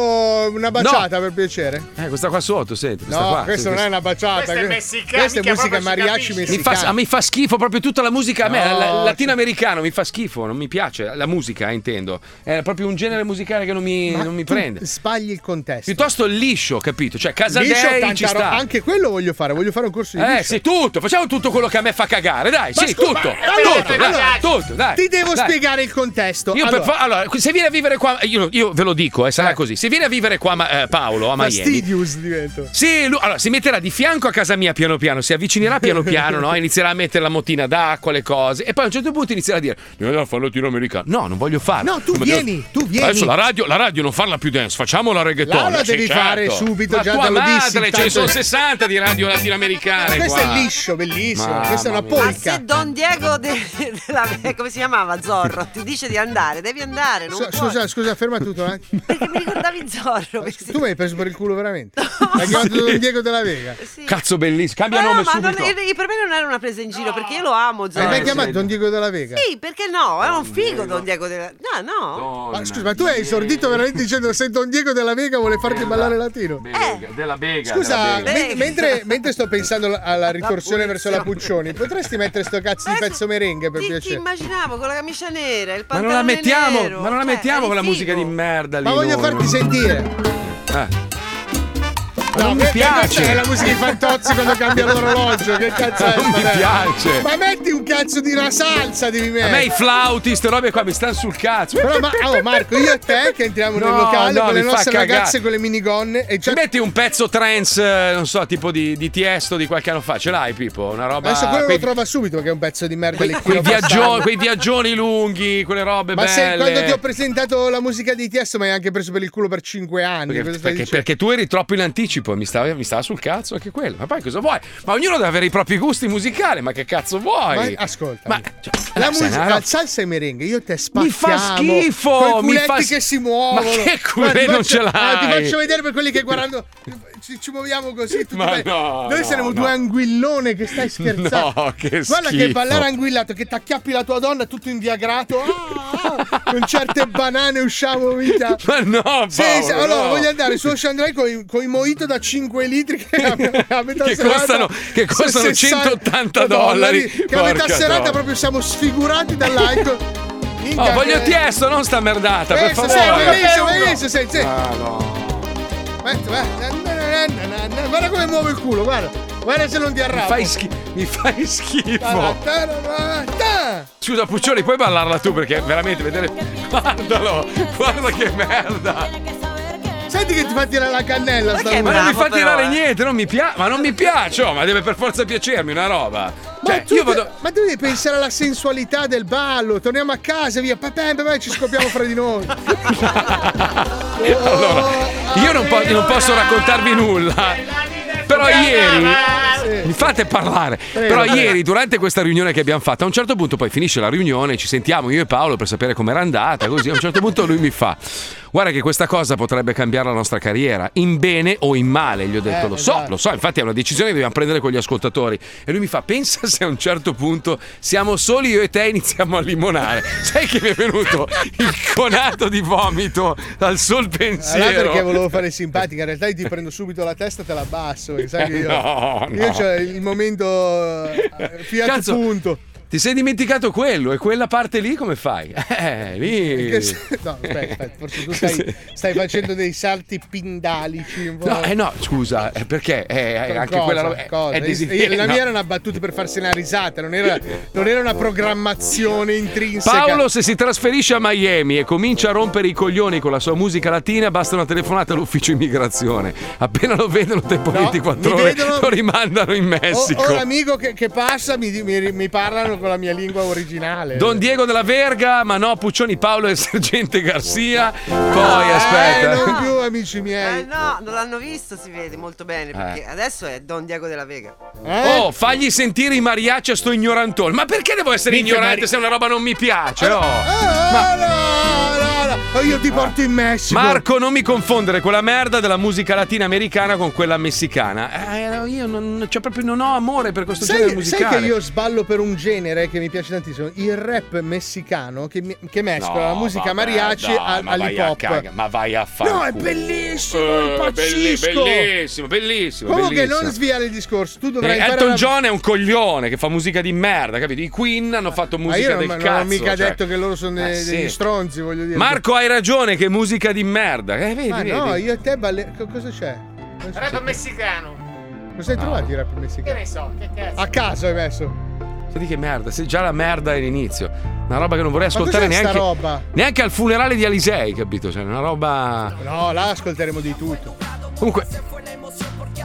una baciata per piacere? Eh, questa qua sotto, senti. Questa No, qua, questa sì, non è una baciata. Questa è messicana. Questa è musica mariachi Mi fa, messicana. ah, mi fa schifo proprio tutta la musica a me, No, cioè- la- latinoamericano mi fa schifo, non mi piace la musica, eh, intendo. È proprio un genere musicale che non mi, non mi tu prende. Sbagli il contesto. Piuttosto il liscio, capito? Cioè, casa Liscio, dei tanta ci ro- sta. Anche quello voglio fare, voglio fare un corso di eh, liscio. sì, tutto, facciamo tutto quello che a me fa cagare, dai, Ma sì, scusa, tutto, allora, tutto, dai, allora, tutto, dai. Ti devo dai. spiegare il contesto. Io per allora, Ecco. fa- allora, se viene a vivere qua, io, io ve lo dico, eh, sarà così. Se viene a vivere qua ma- eh, Paolo a Miami, fastidious divento. Sì, lui, allora si metterà di fianco a casa mia piano piano, si avvicinerà piano piano, no? inizierà a mettere la motina d'acqua, le cose, e poi a un certo punto inizierà a dire: Devo fare latinoamericano. No, non voglio farlo. No, tu Ma vieni, tu vieni. Adesso la radio, la radio non farla più dance, facciamo la reggaeton. Là la Sì, devi certo. fare subito, Ma già tua dallo dissi, madre, ce ne tanto- sono 60 di radio latinoamericane. Questo qua. è liscio, bellissimo. Mamma Questa è una mia. polca. Ma Se Don Diego de- della- come si chiamava Zorro ti dice di andare, devi andare, non Scusa, puoi. scusa, scusa, ferma tutto. eh. Ricordavi Zorro. Tu mi hai preso per il culo veramente. Hai chiamato Don Diego della Vega. Cazzo bellissimo, cambia Ma no, nome ma non- subito. eh, per me non era una presa in giro, perché io lo amo Hai Zorro. mai chiamato Don Diego della Vega? Sì, perché no? Era un figo Don Diego della... No, no. Ma scusa, ma tu hai esordito veramente dicendo se Don Diego della Vega vuole farti ballare latino? Eh, Della Vega. Scusa, della Vega. men- mentre, mentre sto pensando alla ritorsione verso la Puccioni, potresti mettere sto Eh, cazzo di pezzo merengue per Ti, ti piacere? immaginavo con la camicia nera, il Ma pantalone non la mettiamo, nero. ma non la Cioè, mettiamo eri quella figo. musica di merda lì. Ma voglio noi. farti sentire. Eh. No, non mi que- questa piace. È la musica di Fantozzi quando cambia l'orologio. Che cazzo è? Non mi sta merda? piace. Ma metti un cazzo di una salsa, devi A mettere. me i flauti, ste robe qua mi stanno sul cazzo. Però ma, oh, Marco, io e te che entriamo nel No, locale no, con le mi fa nostre cagare. ragazze con le minigonne e già... Ci metti un pezzo trance, eh, non so, tipo di, di Tiesto di qualche anno fa, ce l'hai Pippo? Una roba. Adesso quello quei, lo trova subito che è un pezzo di merda quei- le quei chilo viaggio- bastardo. quei viaggioni lunghi, quelle robe Ma se belle. quando ti ho presentato la musica di Tiesto mi hai anche preso per il culo per 5 anni. Perché, cosa stai perché- dicendo? perché tu eri troppo in anticipo e mi stava, mi stava sul cazzo anche quello. Ma poi cosa vuoi? Ma ognuno deve avere i propri gusti musicali, ma che cazzo vuoi? Ma ascolta, Ma- la eh, sai, musica, no? la salsa e merengue, io te spacchiamo. Mi fa schifo, Quei mi culetti fa- che si muovono. Ma che culè Guarda, ti non faccio- ce l'hai? Ah, ti faccio vedere per quelli che guardano ci, ci muoviamo così tutti Ma belli. no, Noi no, saremo no. due anguillone che stai scherzando. No, che Guarda che schifo. ballare anguillato, che t'acchiappi la tua donna tutto inviagrato. ah, ah, con certe banane usciamo vita. Ma no, Paolo, Sì, sì, allora no. voglio andare su Ocean Drive con, i mojito da 5 litri che a, a metà Che serata- costano- che costano 180 dollari. Che a metà Porca serata troia. proprio siamo sfigurati dall'alcol. eh. Oh, Minchia, voglio che- Tiesto, non sta merdata, per Questo, sì, favore. bellissimo, bellissimo, sì, sì. Ah, no. Guarda, guarda, Guarda come muovo il culo, guarda. Guarda se non ti Mi arrabbi. fai, schi- mi fai schifo. schifo. Scusa, Puccioli, puoi ballarla tu perché veramente vedere. Guardalo, guarda che merda. Senti che ti fa tirare la cannella sta Ma non mi fa tirare niente niente, non mi piace. Ma non mi piace, oh, ma deve per forza piacermi una roba. Cioè, tu io de- vado. ma tu devi pensare alla sensualità del ballo. Torniamo a casa, via. Papà, papà, ci scopriamo fra di noi. Cioè, Allora, io non, po- non posso raccontarvi nulla. Però ieri. Mi fate parlare. Però prego. ieri, durante questa riunione che abbiamo fatto, a un certo punto poi finisce la riunione, ci sentiamo io e Paolo per sapere com'era andata. Così a un certo punto lui mi fa: Guarda, che questa cosa potrebbe cambiare la nostra carriera, in bene o in male. Gli ho detto: Eh, Lo so, esatto. lo so, infatti è una decisione che dobbiamo prendere con gli ascoltatori. E lui mi fa: Pensa se a un certo punto siamo soli io e te e iniziamo a limonare. Sai che mi è venuto il conato di vomito dal sol pensiero. Allora Ah, perché volevo fare simpatica, in realtà io ti prendo subito la testa e te la abbasso. perché Sai che io, No, no. io c'ho il momento eh, Fiat Cazzo, punto. Ti sei dimenticato quello e quella parte lì come fai? Eh, lì. Che se- No, aspetta, aspetta, forse tu stai, stai facendo dei salti pindalici. un po'. No, eh no, scusa, eh, perché eh, eh, Con anche cosa, quella roba è- cosa? è Io- desiderio. La no. mia era una battuta per farsi una risata, non era, non era una programmazione intrinseca. Paolo se si trasferisce a Miami e comincia a rompere i coglioni con la sua musica latina, basta una telefonata all'ufficio immigrazione. Appena lo vedono tempo 24 mi ore vedono- lo rimandano in Ho, Messico. ho l'amico che, che passa, mi, di- mi- mi parlano con la mia lingua originale. Don Diego della Verga, ma no, Puccioni Paolo e Sergente Garzia. Poi aspetta. Eh, non più, amici miei. Eh no, non l'hanno visto, si vede molto bene, perché Eh. adesso è Don Diego della Vega. Eh? Oh, fagli sentire i mariachi a sto ignorantone. Ma perché devo essere Minchia, ignorante mari- se una roba non mi piace? No. Ah, no, no, no. o io ti porto in Messico. Marco, non mi confondere quella merda della musica latina americana con quella messicana. Eh, io non, cioè, proprio non ho amore per questo genere Sai, sai musicale. che io sballo per un genere che mi piace tantissimo, il rap messicano che, mi- che mescola Eh, la No, musica vabbè, mariachi dai, al- ma vai all'hip a hop. caga- ma vai a fare. No, è bellissimo, impazzisco. Bellissimo, bellissimo. Comunque bellissimo. non sviare il discorso, tu Eh, dovrai imparare Elton la- John è un coglione che fa musica di merda, capito? I Queen hanno fatto Ma musica io non, del non cazzo. ho mica cioè. detto che loro sono Eh, dei- sì. degli stronzi, voglio dire. Marco, hai ragione, che musica di merda. Eh, vedi, Ma vedi. no, io e te balle... co- Cosa c'è? Rap messicano. Cosa hai No. trovato il rap Che messicano? ne so, che cazzo. A caso hai messo. Senti che merda, sei già la merda all'inizio. Una roba che non vorrei Ma ascoltare cos'è sta neanche. roba? Neanche al funerale di Alisei, capito? Cioè, una roba. No, là ascolteremo di tutto. Comunque.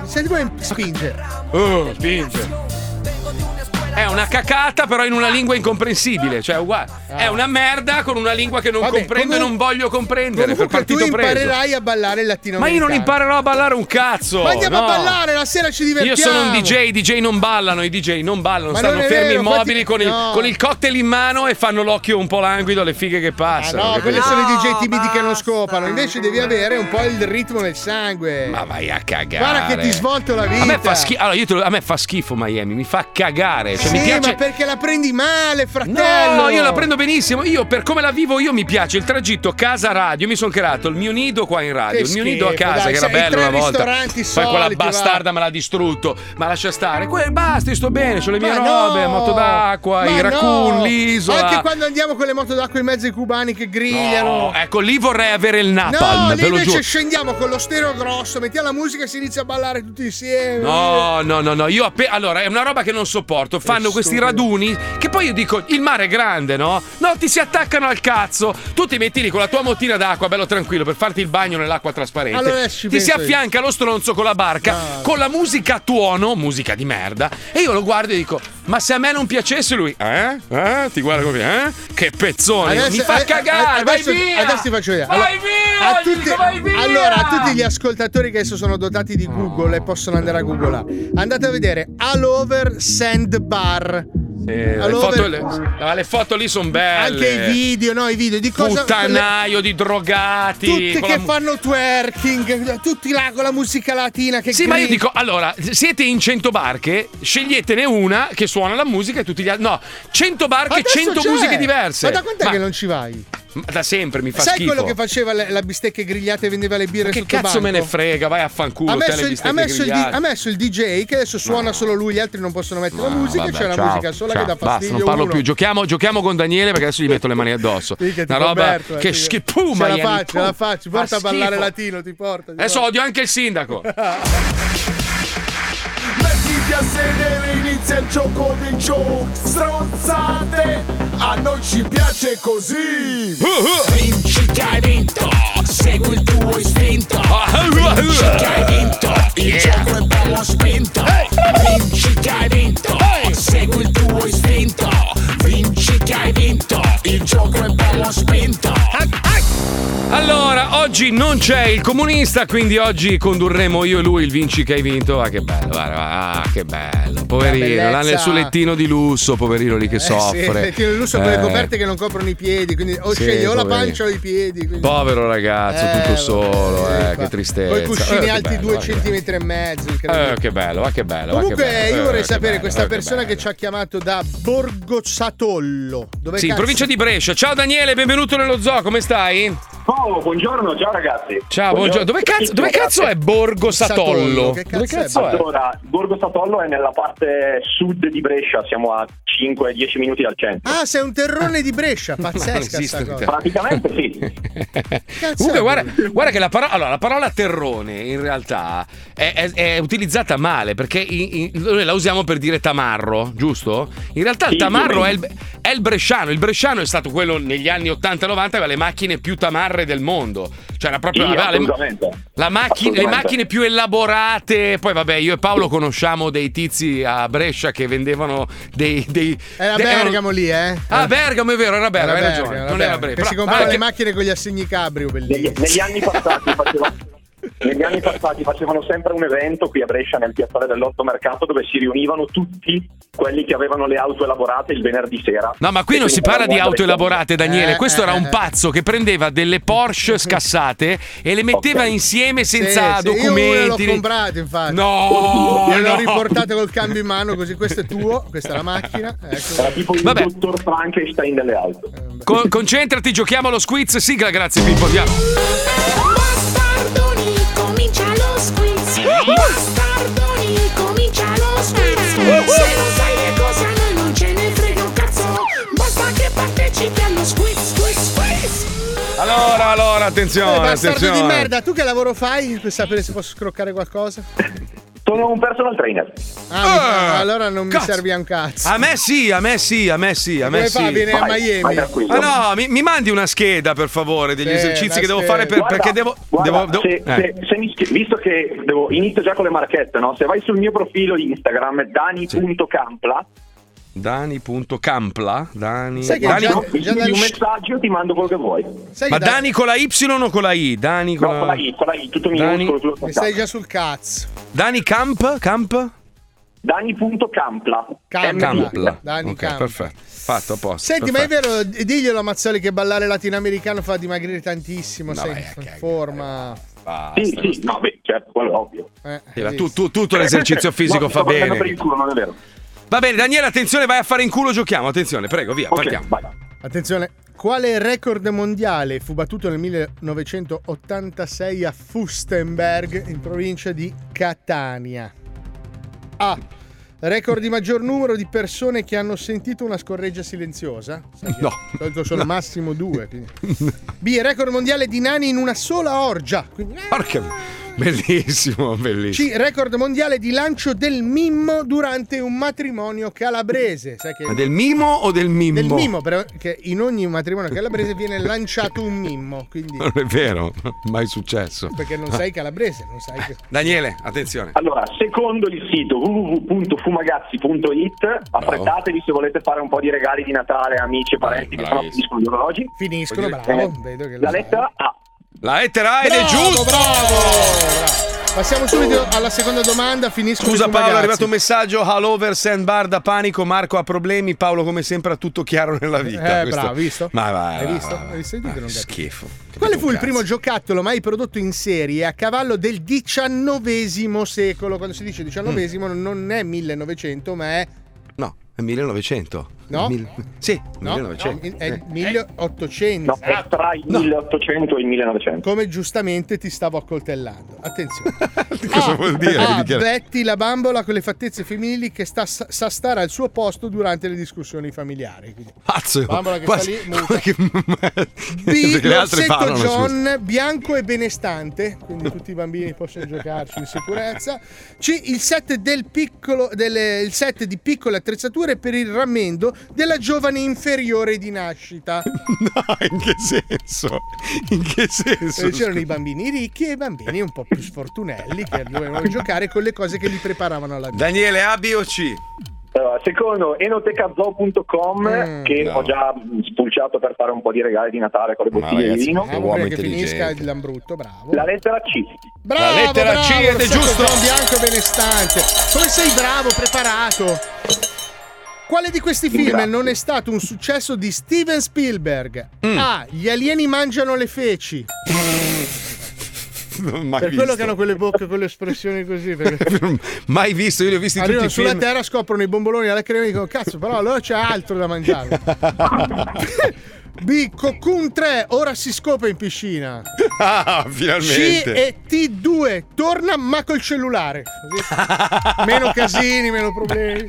Senti come spinge. Oh, spinge. È una cacata, però in una lingua incomprensibile. Cioè, è uguale. È una merda con una lingua che non Ah. Vabbè, comprendo e comunque- non voglio comprendere. Per Comunque tu partito preso. imparerai a ballare il latino. Ma io non imparerò a ballare un cazzo. Ma andiamo no. a ballare, la sera ci Io divertiamo. sono un DJ, i DJ non ballano, i DJ non ballano, Ma stanno non è fermi vero, immobili infatti- con, il, no. con il cocktail in mano e fanno l'occhio un po' languido alle fighe che passano. Ah, No, quelli capito? sono i DJ timidi che non scopano. Invece devi avere un po' il ritmo nel sangue. Ma vai a cagare. Guarda che ti svolto la vita. eh. A me fa schifo. Allora, io te lo- a me fa schifo Miami, mi fa cagare. Cioè, Sì, mi piace. ma perché la prendi male, fratello? No, io la prendo benissimo. Io per come la vivo io mi piace il tragitto casa radio. Mi sono creato il mio nido qua in radio, Che il mio nido a schifo, casa dai, che sai, era i bello tre una volta. ristoranti Poi quella soliti, va. bastarda me l'ha distrutto. Ma lascia stare. Que- basta, io sto bene, ho le Ma mie no! robe, moto d'acqua, Ma i raccoon, no! l'isola. Anche quando andiamo con le moto d'acqua in mezzo ai cubani che grigliano. No, ecco, lì vorrei avere il napalm, No, lì ve lo invece giuro. scendiamo con lo stereo grosso, mettiamo la musica e si inizia a ballare tutti insieme. No, no, no, no, io appena. Allora, è una roba che non sopporto. Fanno questi raduni che poi io dico: il mare è grande, no? No, ti si attaccano al cazzo. Tu ti metti lì con la tua motina d'acqua, bello tranquillo, per farti il bagno nell'acqua trasparente. Allora, adesso ci ti si penso io. affianca lo stronzo con la barca, con la musica a tuono, musica di merda. E io lo guardo e dico: Ma se a me non piacesse lui, eh? Eh? Ti guarda così, eh? Che pezzone, mi fa eh, cagare, eh, vai adesso- via! Adesso ti faccio vedere. Vai Allora, via, a gli tutti- dico, vai via! Allora, a tutti gli ascoltatori che adesso sono dotati di Google e possono andare a Google, andate a vedere All Over Sandbar. Eh, le, Allora- foto, le- ah, le foto lì sono belle. Anche i video, no, i video di cosa puttanaio di drogati. tutti con che la- fanno twerking, tutti là con la musica latina che Sì, ma io grida. dico, allora, siete in 100 barche, sceglietene una che suona la musica e tutti gli altri. No, 100 barche, Adesso 100 c'è! musiche diverse. Ma da quant'è Ma- che non ci vai? ma da sempre mi fa Sai schifo. quello che faceva le- la bistecca grigliata e vendeva le birre Ma che sotto cazzo me ne banco? frega, vai a fanculo, ha, te messo le il, bistecche ha messo il di- grigliate. ha messo il DJ che adesso suona solo lui, gli altri non possono mettere la musica, Ah, Vabbè, c'è la ciao, musica sola ciao, che dà Basta, fastidio. non parlo uno. più. Giochiamo, giochiamo con Daniele perché adesso gli metto le mani addosso. Figa, Una tipo roba Berto, eh, che figa. schifo, Ce la Miami, faccio, ce puh. la faccio, porta a Fa ballare schifo. latino, ti porta. ti Adesso porta. odio anche il sindaco. Mettiti a sedere, inizia il gioco dei show Stronzate, a noi ci piace così Vinci che hai vinto, segui il tuo istinto Ah, eh, Vinci che hai vinto, il gioco è bello spinto Vinci che hai vinto, segui il tuo istinto Vinci che hai vinto, il gioco è bello spinto Allora, oggi non c'è il comunista, quindi oggi condurremo io e lui il Vinci che hai vinto. Ah, che bello, guarda, ah, che bello. Poverino, là bellezza. nel suo lettino di lusso, poverino lì che soffre. Eh, sì, il lusso con le Eh, coperte che non coprono i piedi, quindi o Sì, scegli o la poverino. pancia o i piedi. Quindi... Povero ragazzo, Eh, tutto solo, eh, che Con i tristezza. Eh, cuscini che alti bello, due va che bello. centimetri e mezzo. incredibile. Eh, che bello, va che bello. va che Comunque, bello, io eh, vorrei che sapere, bello, questa eh, che persona che ci ha chiamato da Borgozzatollo, dove Sì, in cazzo- provincia di Brescia. Ciao Daniele, benvenuto nello zoo, come stai? Oh, buongiorno, ciao ragazzi. Ciao, buongiorno. Dove cazzo, dove cazzo è Borgo Satollo? Dove cazzo è? Allora, Borgo Satollo è nella parte sud di Brescia, siamo a 5-10 minuti dal centro. Ah, sei un terrone di Brescia, Non pazzesca esiste sta il cosa. Eh, terrone. Praticamente sì. Comunque, guarda, guarda che la parola, allora, la parola terrone in realtà è, è- è utilizzata male perché in- in- noi la usiamo per dire tamarro, giusto? In realtà il Sì, tamarro sì. è il, è il bresciano. Il bresciano è stato quello negli anni 80-90 aveva le macchine più tamarre del mondo. Cioè, era proprio. Sì, aveva le- assolutamente. la macchi- le Assolutamente. macchine più elaborate. Poi, vabbè, io e Paolo conosciamo dei tizi a Brescia che vendevano dei. dei Era de- erano- Bergamo lì, eh? Ah, Bergamo è vero, era Bergamo, hai Bergamo, ragione. non era Bergamo. Brescia. Che si Però- comprava ah, le che- macchine con gli assegni cabrio, bellissimo. Negli anni passati faceva, Negli anni passati facevano sempre un evento qui a Brescia nel piazzale dell'Otto Mercato dove si riunivano tutti quelli che avevano le auto elaborate il venerdì sera. No, ma qui non si parla di auto elaborate, Eh, Daniele. Questo era un pazzo che prendeva delle Porsche scassate e le metteva insieme senza Sì, sì, Io una documenti. l'ho comprato, infatti. No, Gliel'ho no. riportato col cambio in mano, così questo è tuo, questa è la macchina. Ecco. Era tipo il dottor Frankenstein delle auto. Co- concentrati, giochiamo allo squiz. Sigla, grazie Pippo, andiamo. Bastardoni, comincia lo squiz. Mm-hmm. Uh, Bastardoni, comincia lo squiz. Se Mm-hmm. non sai le cose a noi non ce ne frega un cazzo. Basta che partecipi allo squiz, squiz, squiz. Allora, allora, Eh, attenzione, bastardo attenzione. di merda, tu che lavoro fai per sapere se posso scroccare qualcosa? Sono un personal trainer. Ah, mi fa- allora non mi servi a un cazzo. A me sì, a me sì, a me sì, a me Come sì. fa? Viene a Vai, Miami. vai tranquillo. Ma no, mi, mi mandi una scheda per favore degli Sì, esercizi una che devo scheda. fare per- Guarda, perché devo. Guarda, devo- devo- se- eh. se- se mi schi- visto che devo, inizio già con le marchette, no? se vai sul mio profilo Instagram, dani.campla, Dani.campla Dani. Sai che Dani già- con- già dal- un messaggio ti mando quello che vuoi. Ma Dani con la Y o con la I? Dani con, No, con la I, con la I, tutto Dani, minuscolo. tutto Mi attaccato. stai già sul cazzo. Dani Camp? Camp? Dani.campla. Campla. Dani ok, Campla. perfetto. Fatto a posto. Senti, ma è perfetto. vero, diglielo a Mazzoli che ballare latinoamericano fa dimagrire tantissimo, No, sei vai in forma. Sì, sì, no, beh, certo, quello è ovvio. Eh, Sì, ma tu- tu- tutto l'esercizio fisico No, fa sto prendendo bene. per il culo, non è vero. Va bene, Daniele, attenzione, vai a fare in culo, giochiamo. Attenzione, prego, via, partiamo. Attenzione, quale record mondiale fu battuto nel 1986 a Fustenberg in provincia di Catania? A. Record di maggior numero di persone che hanno sentito una scorreggia silenziosa? Sai che No. Di solito sono No. massimo due. quindi. B. Record mondiale di nani in una sola orgia. Quindi- eh, Porca. Bellissimo, bellissimo. C. Record mondiale di lancio del mimmo durante un matrimonio calabrese. Sai che Ma del mimo o del mimmo? del mimo, perché in ogni matrimonio calabrese viene lanciato un mimmo, quindi Non è vero, mai successo. perché non sei calabrese, non sai che... Daniele, attenzione. Allora, secondo il sito www.fumagazzi.it, affrettatevi se volete fare un po' di regali di Natale a amici e parenti che sono finiscono gli orologi. Finiscono, Eh, bravo, vedo che lo La sai. lettera A. La lettera A ed è Bravo, giusto. bravo, bravo. Passiamo subito alla seconda domanda, finisco Scusa Paolo, è arrivato un messaggio. Hallover, sandbar da panico. Marco ha problemi. Paolo, come sempre, ha tutto chiaro nella vita. Eh, Questo- bravo, visto? Ma vai. Hai vai, visto? vai, Hai visto? Dite vai. che non capisco. Schifo. Quale fu il primo giocattolo mai prodotto in serie a cavallo del XIX secolo? Quando si dice XIX non è 1900, ma è No, è 1900. No? Mil- Sì, no, 1900. è 1800. Esatto. No, è tra il 1800 e il 1900. Come giustamente ti stavo accoltellando. Attenzione. Cosa Eh. vuol dire? A, Michele? Betty la bambola con le fattezze femminili che sta- sa stare al suo posto durante le discussioni familiari. Quindi, Pazzo. Bambola che Quasi- sta lì, muta. Che- B, Perché le altre l'orsetto parlano, scusa. John, bianco e benestante, quindi tutti i bambini possono giocarci in sicurezza. C, il set, del piccolo, delle- il set di piccole attrezzature per il rammendo della giovane inferiore di nascita. Eh, No, in che senso? In che senso? Eh, c'erano i bambini ricchi e i bambini un po' più sfortunelli che dovevano giocare con le cose che li preparavano alla vita. Daniele, A, B o C? Allora, secondo enotecazo.com, che ho già mh, spulciato per fare un po' di regali di Natale con le Ma bottiglie di ragazzi, vino. che uomo Eh, che finisca il intelligente. Lambrutto, bravo. La lettera C. Bravo, La lettera bravo, C ed è Rossetto giusto. Gian Bianco e benestante. Come sei bravo, preparato. Quale di questi film Grazie. non è stato un successo di Steven Spielberg? A. Gli alieni mangiano le feci. Non ho mai per quello visto. che hanno quelle bocche con le espressioni così. Perché Mai visto, io li ho visti arrivano tutti i sulla film. terra, scoprono i bomboloni alla crema e dicono: Cazzo, però allora c'è altro da mangiare. B. Cocoon 3, ora si scopa in piscina. Ah, C finalmente. e T2 torna ma col cellulare. Così. meno casini, meno problemi.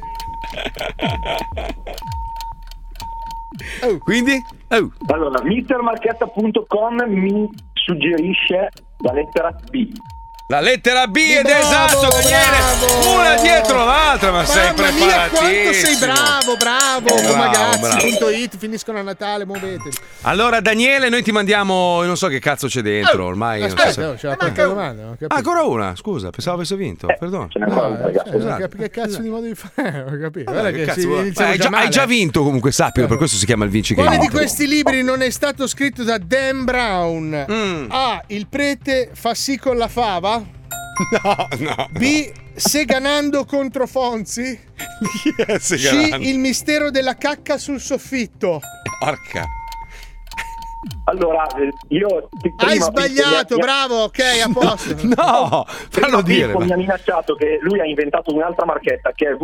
Oh. Quindi? Allora, mistermarchetta.com mi suggerisce la lettera B. La lettera B ed è esatto che viene una dietro l'altra, ma sei Mamma mia, preparatissimo. quanto sei bravo, bravo. Eh, bravo, Comagazzi.it, finiscono a Natale, muovetevi. Allora, Daniele, noi ti mandiamo. Non so che cazzo c'è dentro ormai. non so Eh, Aspetta, se- no, c'è la quarta domanda. non ho capito. Ah, ancora una, scusa, pensavo avesse vinto. Perdono. Eh, non cap- che cazzo di modo di fare? Ho capito. Guarda che Cazzo si- vuoi? Eh, iniziamo hai, già già, hai male. già vinto comunque, sappilo, per questo si chiama il vinci che Quale di vinci. questi libri non è stato scritto da Dan Brown? Mm. A. Il prete fa sì con la fava. No, no. B. Seganando contro Fonzi. C. Seganando? Il mistero della cacca sul soffitto. Porca. Allora, eh, io. ti- Hai prima- sbagliato, mi- mi- bravo, ok, a posto. No, prima dire, Pippo ma- Mi ha minacciato che lui ha inventato un'altra marchetta che è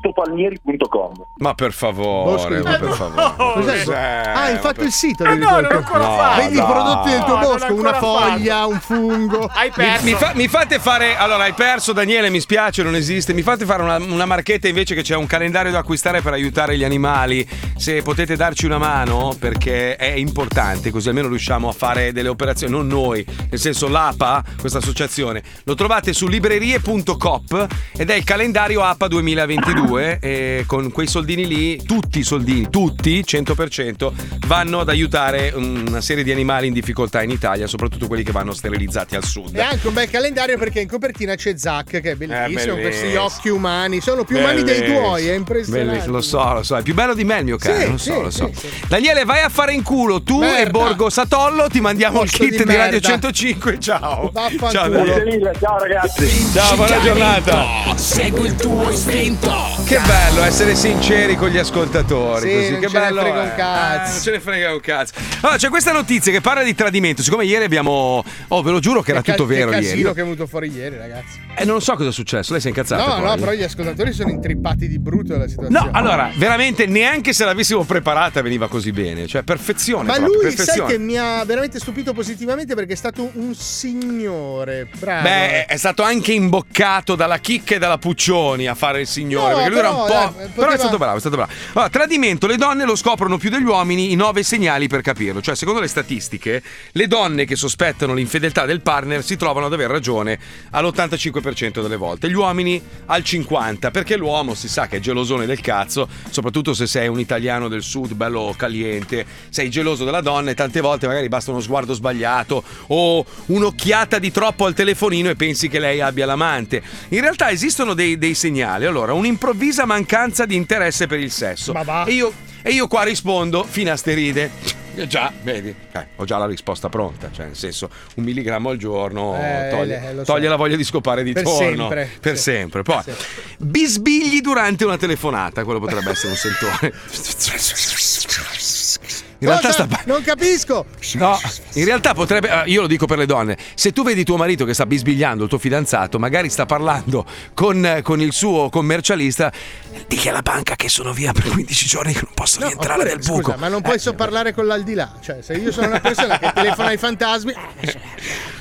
www.ilboscodipippopalmieri.com. Ma per favore, ma per favore. Cos'è? Cos'è? ah, hai Ma fatto per- il sito. Ah, no, addirittura. non ho ancora No, fatto. Vedi i prodotti del tuo no, non bosco, una foglia, un fungo. Hai Mi, mi fa- mi fate fare. Allora, hai perso, Daniele. Mi spiace, non esiste. Mi fate fare una, una marchetta invece che c'è un calendario da acquistare per aiutare gli animali. Se potete darci una mano, perché è importante, così almeno riusciamo a fare delle operazioni. Non noi, nel senso l'APA, questa associazione. Lo trovate su librerie.cop ed è il calendario APA 2022. E con quei soldini lì, tutti i soldini, tutti 100%, vanno ad aiutare una serie di animali in difficoltà in Italia, soprattutto quelli che vanno sterilizzati al sud. E anche un bel calendario perché in copertina c'è Zac che è bellissimo, Eh, bellissimo. questi occhi umani, sono più umani dei Bellissimo. tuoi, è impressionante. Bellissimo, Lo so, lo so, è più bello di me il mio caro, Sì, lo sì, so, lo sì, so. Daniele, vai a fare in culo tu e Borgo Satollo, ti mandiamo Posto il kit di di, Radio merda. 105, ciao. Ciao, Grazie Daniele. mille, ciao ragazzi. Ciao, buona giornata. Segui il tuo istinto. Che bello essere sinceri con gli ascoltatori, Sì, così non che ce ne bello. frega è. un cazzo. Ah, non ce ne frega un cazzo. Allora, c'è questa notizia che parla di tradimento. Siccome ieri abbiamo. Oh, ve lo giuro che era tutto Che vero casino ieri. che è venuto fuori ieri, ragazzi. Eh, non so cosa è successo, lei si è incazzata. No, Esatto, poi. no, però gli ascoltatori sono intrippati di brutto dalla situazione. No, allora, veramente neanche se l'avessimo preparata veniva così bene, cioè perfezione. Ma proprio, lui sai perfezione. che mi ha veramente stupito positivamente perché è stato un signore, bravo. Beh, è stato anche imboccato dalla chicca e dalla Puccioni a fare il signore. No, perché lui era però, un po'. dai, poteva- Però è stato bravo, è stato bravo. Allora, tradimento, le donne lo scoprono più degli uomini i nove segnali per capirlo. Cioè, secondo le statistiche, le donne che sospettano l'infedeltà del partner si trovano ad aver ragione all'85% delle volte, gli uomini al 50%, perché l'uomo si sa che è gelosone del cazzo, soprattutto se sei un italiano del sud, bello caliente, sei geloso della donna e tante volte magari basta uno sguardo sbagliato o un'occhiata di troppo al telefonino e pensi che lei abbia l'amante. In realtà esistono dei, dei segnali, allora un'improvvisa mancanza di interesse per il sesso. E io, e io qua rispondo finasteride. Eh Già, vedi, eh, ho già la risposta pronta, cioè nel senso un milligrammo al giorno Eh, toglie, eh, lo so. toglie la voglia di scopare di Per torno sempre. per sempre. Poi bisbigli durante una telefonata, quello potrebbe essere un sentore. In realtà sta Non capisco. No, in realtà potrebbe. eh, Io lo dico per le donne: se tu vedi tuo marito che sta bisbigliando il tuo fidanzato, magari sta parlando con, eh, con il suo commercialista, dichi alla banca che sono via per 15 giorni che non posso rientrare Oppure, nel buco. Eh. scusa, ma non puoi so parlare con l'aldilà. Cioè, se io sono una persona che telefona ai Eh, fantasmi,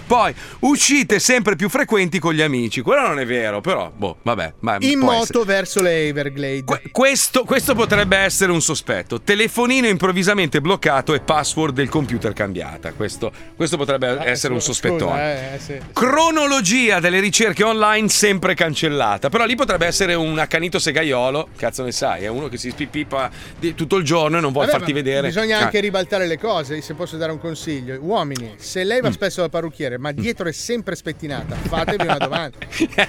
Poi uscite sempre più frequenti con gli amici. Quello non è vero, però, boh, vabbè. Ma in può moto essere. verso le Everglade. Questo, questo potrebbe essere un sospetto. Telefonino improvvisamente bloccato e password del computer cambiata. Questo, questo potrebbe essere un sospettone. Ah, Scusa, eh, sì. Cronologia delle ricerche online sempre cancellata. Però lì potrebbe essere un accanito segaiolo. Cazzo ne sai, è uno che si spipipa di- tutto il giorno e non vuole Vabbè, farti ma vedere. Bisogna anche Ah, ribaltare le cose, se posso dare un consiglio. Uomini, se lei va Mm. spesso dal parrucchiere, ma dietro è sempre spettinata, fatevi una domanda.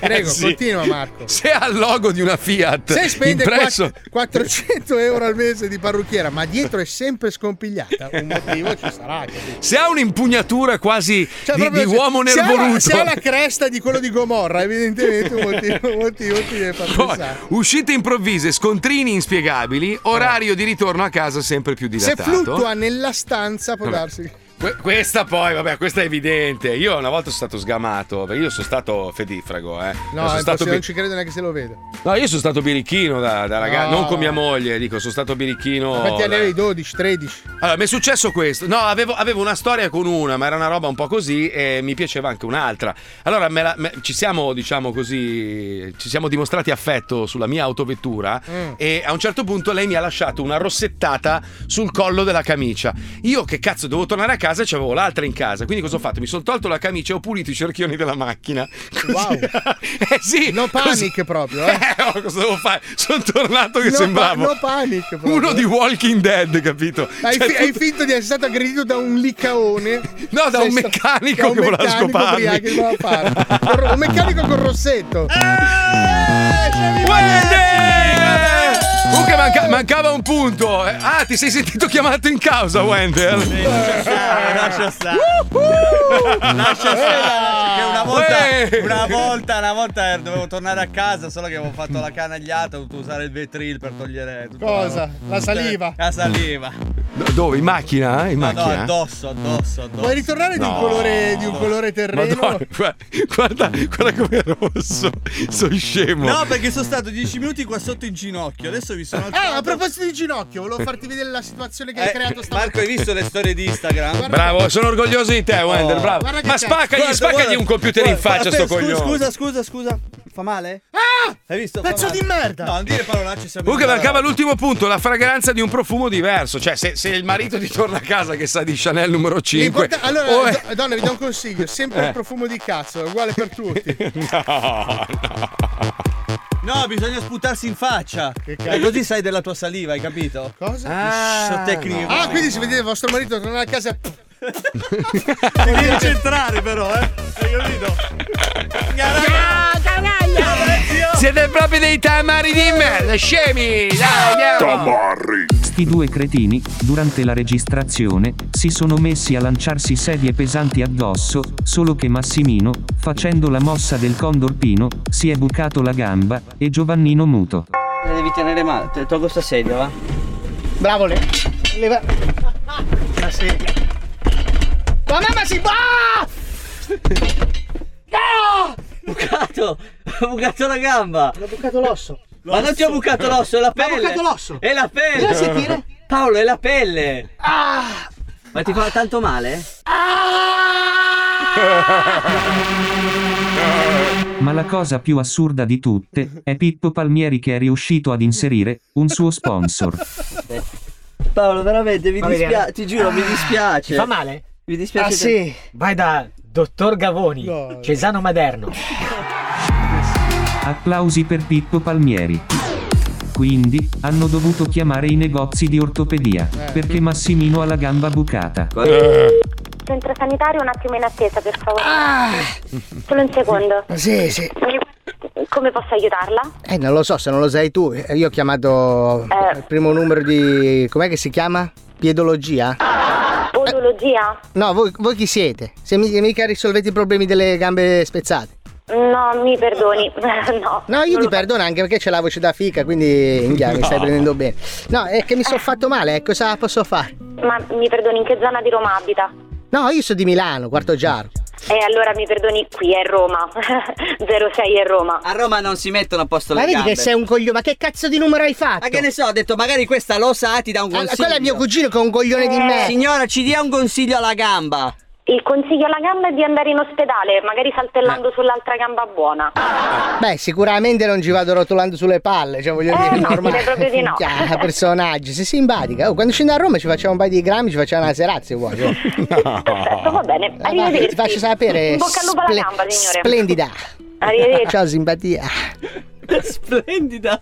Prego, Eh, sì. continua Marco. Se ha il logo di una Fiat Se spende impresso, quatt- 400 euro al mese di parrucchiera, ma dietro è sempre scompigliata, un motivo ci sarà. capito? se ha un'impugnatura quasi Cioè, di, proprio di se- uomo se ha la- nervoluto. Se ha la cresta di quello di Gomorra, evidentemente un motivo, un motivo ti deve far Poi, pensare. uscite improvvise, scontrini inspiegabili, orario di ritorno a casa sempre più Se dilatato. fluttua nella stanza, può Vabbè. darsi. Que- Questa poi, vabbè, questa è evidente. Io una volta sono stato sgamato, perché io sono stato fedifrago, eh. No, è sono stato impossibile, bi- non ci credo neanche se lo vedo. no, io sono stato birichino da, da ragazzo, No. non con mia moglie, dico, sono stato birichino. Quanti anni da- avevi? 12, 13? Allora, mi è successo questo. No, avevo, avevo una storia con una, ma era una roba un po' così e mi piaceva anche un'altra. Allora, me la- me- ci siamo, diciamo così, ci siamo dimostrati affetto sulla mia autovettura Mm. e a un certo punto lei mi ha lasciato una rossettata sul collo della camicia. Io che cazzo, devo tornare a casa casa e c'avevo l'altra in casa. Quindi cosa ho fatto? Mi sono tolto la camicia e ho pulito i cerchioni della macchina. Wow. eh sì. No panic proprio, eh. oh, cosa devo fare? Sono tornato che No pa- sembravo no panic proprio. eh. uno di Walking Dead, capito? Hai, Cioè, fi- hai tutto- finto di essere stato aggredito da un licaone? No, da Sei un sta- meccanico da un che voleva meccanico scoparmi. ubriaco che voleva farlo. Cor- un meccanico con Rossetto. Comunque manca- mancava un punto. Eh, Ah, ti sei sentito chiamato in causa, Wendell. Eh, Lascia stare. Lascia Eh! stare. Che una volta, una volta, una volta dovevo tornare a casa, solo che avevo fatto la canagliata, ho dovuto usare il vetril per togliere tutto. Cosa? La tutte le- saliva? Eh, La saliva. Mm. Do- Dove? In macchina? eh? In No, no, macchina? addosso, addosso, addosso. Vuoi ritornare di un No. colore, di un colore terreno? Madonna, gua- guarda, guarda come è rosso. Sono scemo. No, perché sono stato 10 minuti qua sotto in ginocchio, adesso vi sono Ah, a proposito di ginocchio, volevo farti vedere la situazione che hai creato stamattina. Eh, Marco, hai visto le storie di Instagram? Bravo, sono orgoglioso di te, Wender. Bravo. Oh, Guarda che Ma c'è. spaccagli, Guarda, spaccagli guarda. un computer in faccia, Aspetta, sto scusa, coglione. Scusa, scusa, scusa. Fa male? Ah! Hai visto? Fa Pezzo male. di merda! No, non dire parolacce, siamo Comunque in gara. mancava l'ultimo punto, la fragranza di un profumo diverso. Cioè, se, se il marito ti torna a casa che sa di Chanel numero 5. L'importa- allora, o è- do- donna, vi do un consiglio: sempre Oh, Eh. il profumo di cazzo, è uguale per tutti. No, no. No, bisogna sputarsi in faccia. cazzo? E così sai della tua saliva, hai capito? Cosa? Ah, tecnico. Ah, quindi se vedete vostro marito tornare a casa. devi incentrare, però, eh. Hai capito? Siete proprio dei tamari di merda, scemi! Dai, andiamo! Sti due cretini, durante la registrazione, si sono messi a lanciarsi sedie pesanti addosso, solo che Massimino, facendo la mossa del condorpino, si è bucato la gamba, e Giovannino muto. La devi tenere male, te- tolgo sta sedia, va? Bravo, le. Leva. La sedia. Ma mamma si. Ah! No! Bucato! Ho bucato la gamba! Ho bucato l'osso. Ma non ti ho bucato l'osso, è la pelle! È la pelle! Bisogna sentire. Paolo, è la pelle! Ah! Ma ti fa tanto male? Ma la cosa più assurda di tutte, è Pippo Palmieri che è riuscito ad inserire, un suo sponsor. Paolo, veramente, mi Fa vedere. dispiace, ti giuro, mi Ah. dispiace! Ti fa male? Mi dispiace. Ah, te- sì. Vai da dottor Gavoni, Cesano Maderno. Applausi per Pippo Palmieri. Quindi, hanno dovuto chiamare i negozi di ortopedia, perché Massimino ha la gamba bucata. Centro sanitario un attimo in attesa, per favore. Solo un secondo. Ah! Sì, sì. Come posso aiutarla? Eh, non lo so, se non lo sai tu, eh, io ho chiamato Eh. il primo numero di... com'è che si chiama? Piedologia? Podologia? No, voi, voi chi siete? Se mi- mica risolvete i problemi delle gambe spezzate. No, mi perdoni. no. No, io ti perdono anche perché c'è la voce da fica, quindi in mi stai No. prendendo bene. No, è che mi sono fatto male, eh, cosa posso fare? Ma mi perdoni, in che zona di Roma abita? No, io sono di Milano, quarto giaro. E allora mi perdoni, qui è Roma. 06 è Roma. A Roma non si mettono a posto Ma le vedi gambe. che sei un coglione, ma che cazzo di numero hai fatto? Ma che ne so, ho detto magari questa lo sa, Ah, ti dà un Allora, consiglio. Eh, quello è mio cugino che è un coglione di merda. Signora, ci dia un consiglio alla gamba. Il consiglio alla gamba è di andare in ospedale, magari saltellando Eh. sull'altra gamba buona. Beh, sicuramente non ci vado rotolando sulle palle, cioè voglio Eh, dire, no, normale. direi proprio di no. Minchia, personaggi, sei simpatica. Oh, quando scendi a Roma ci facciamo un paio di grammi, ci facciamo una serata se vuoi. oh. Perfetto, Ah. va bene. Eh, va, Arrivederci. Ti faccio sapere. In bocca al lupo alla splen- gamba, signore. Splendida. Arrivederci. Ciao, simpatia. Splendida!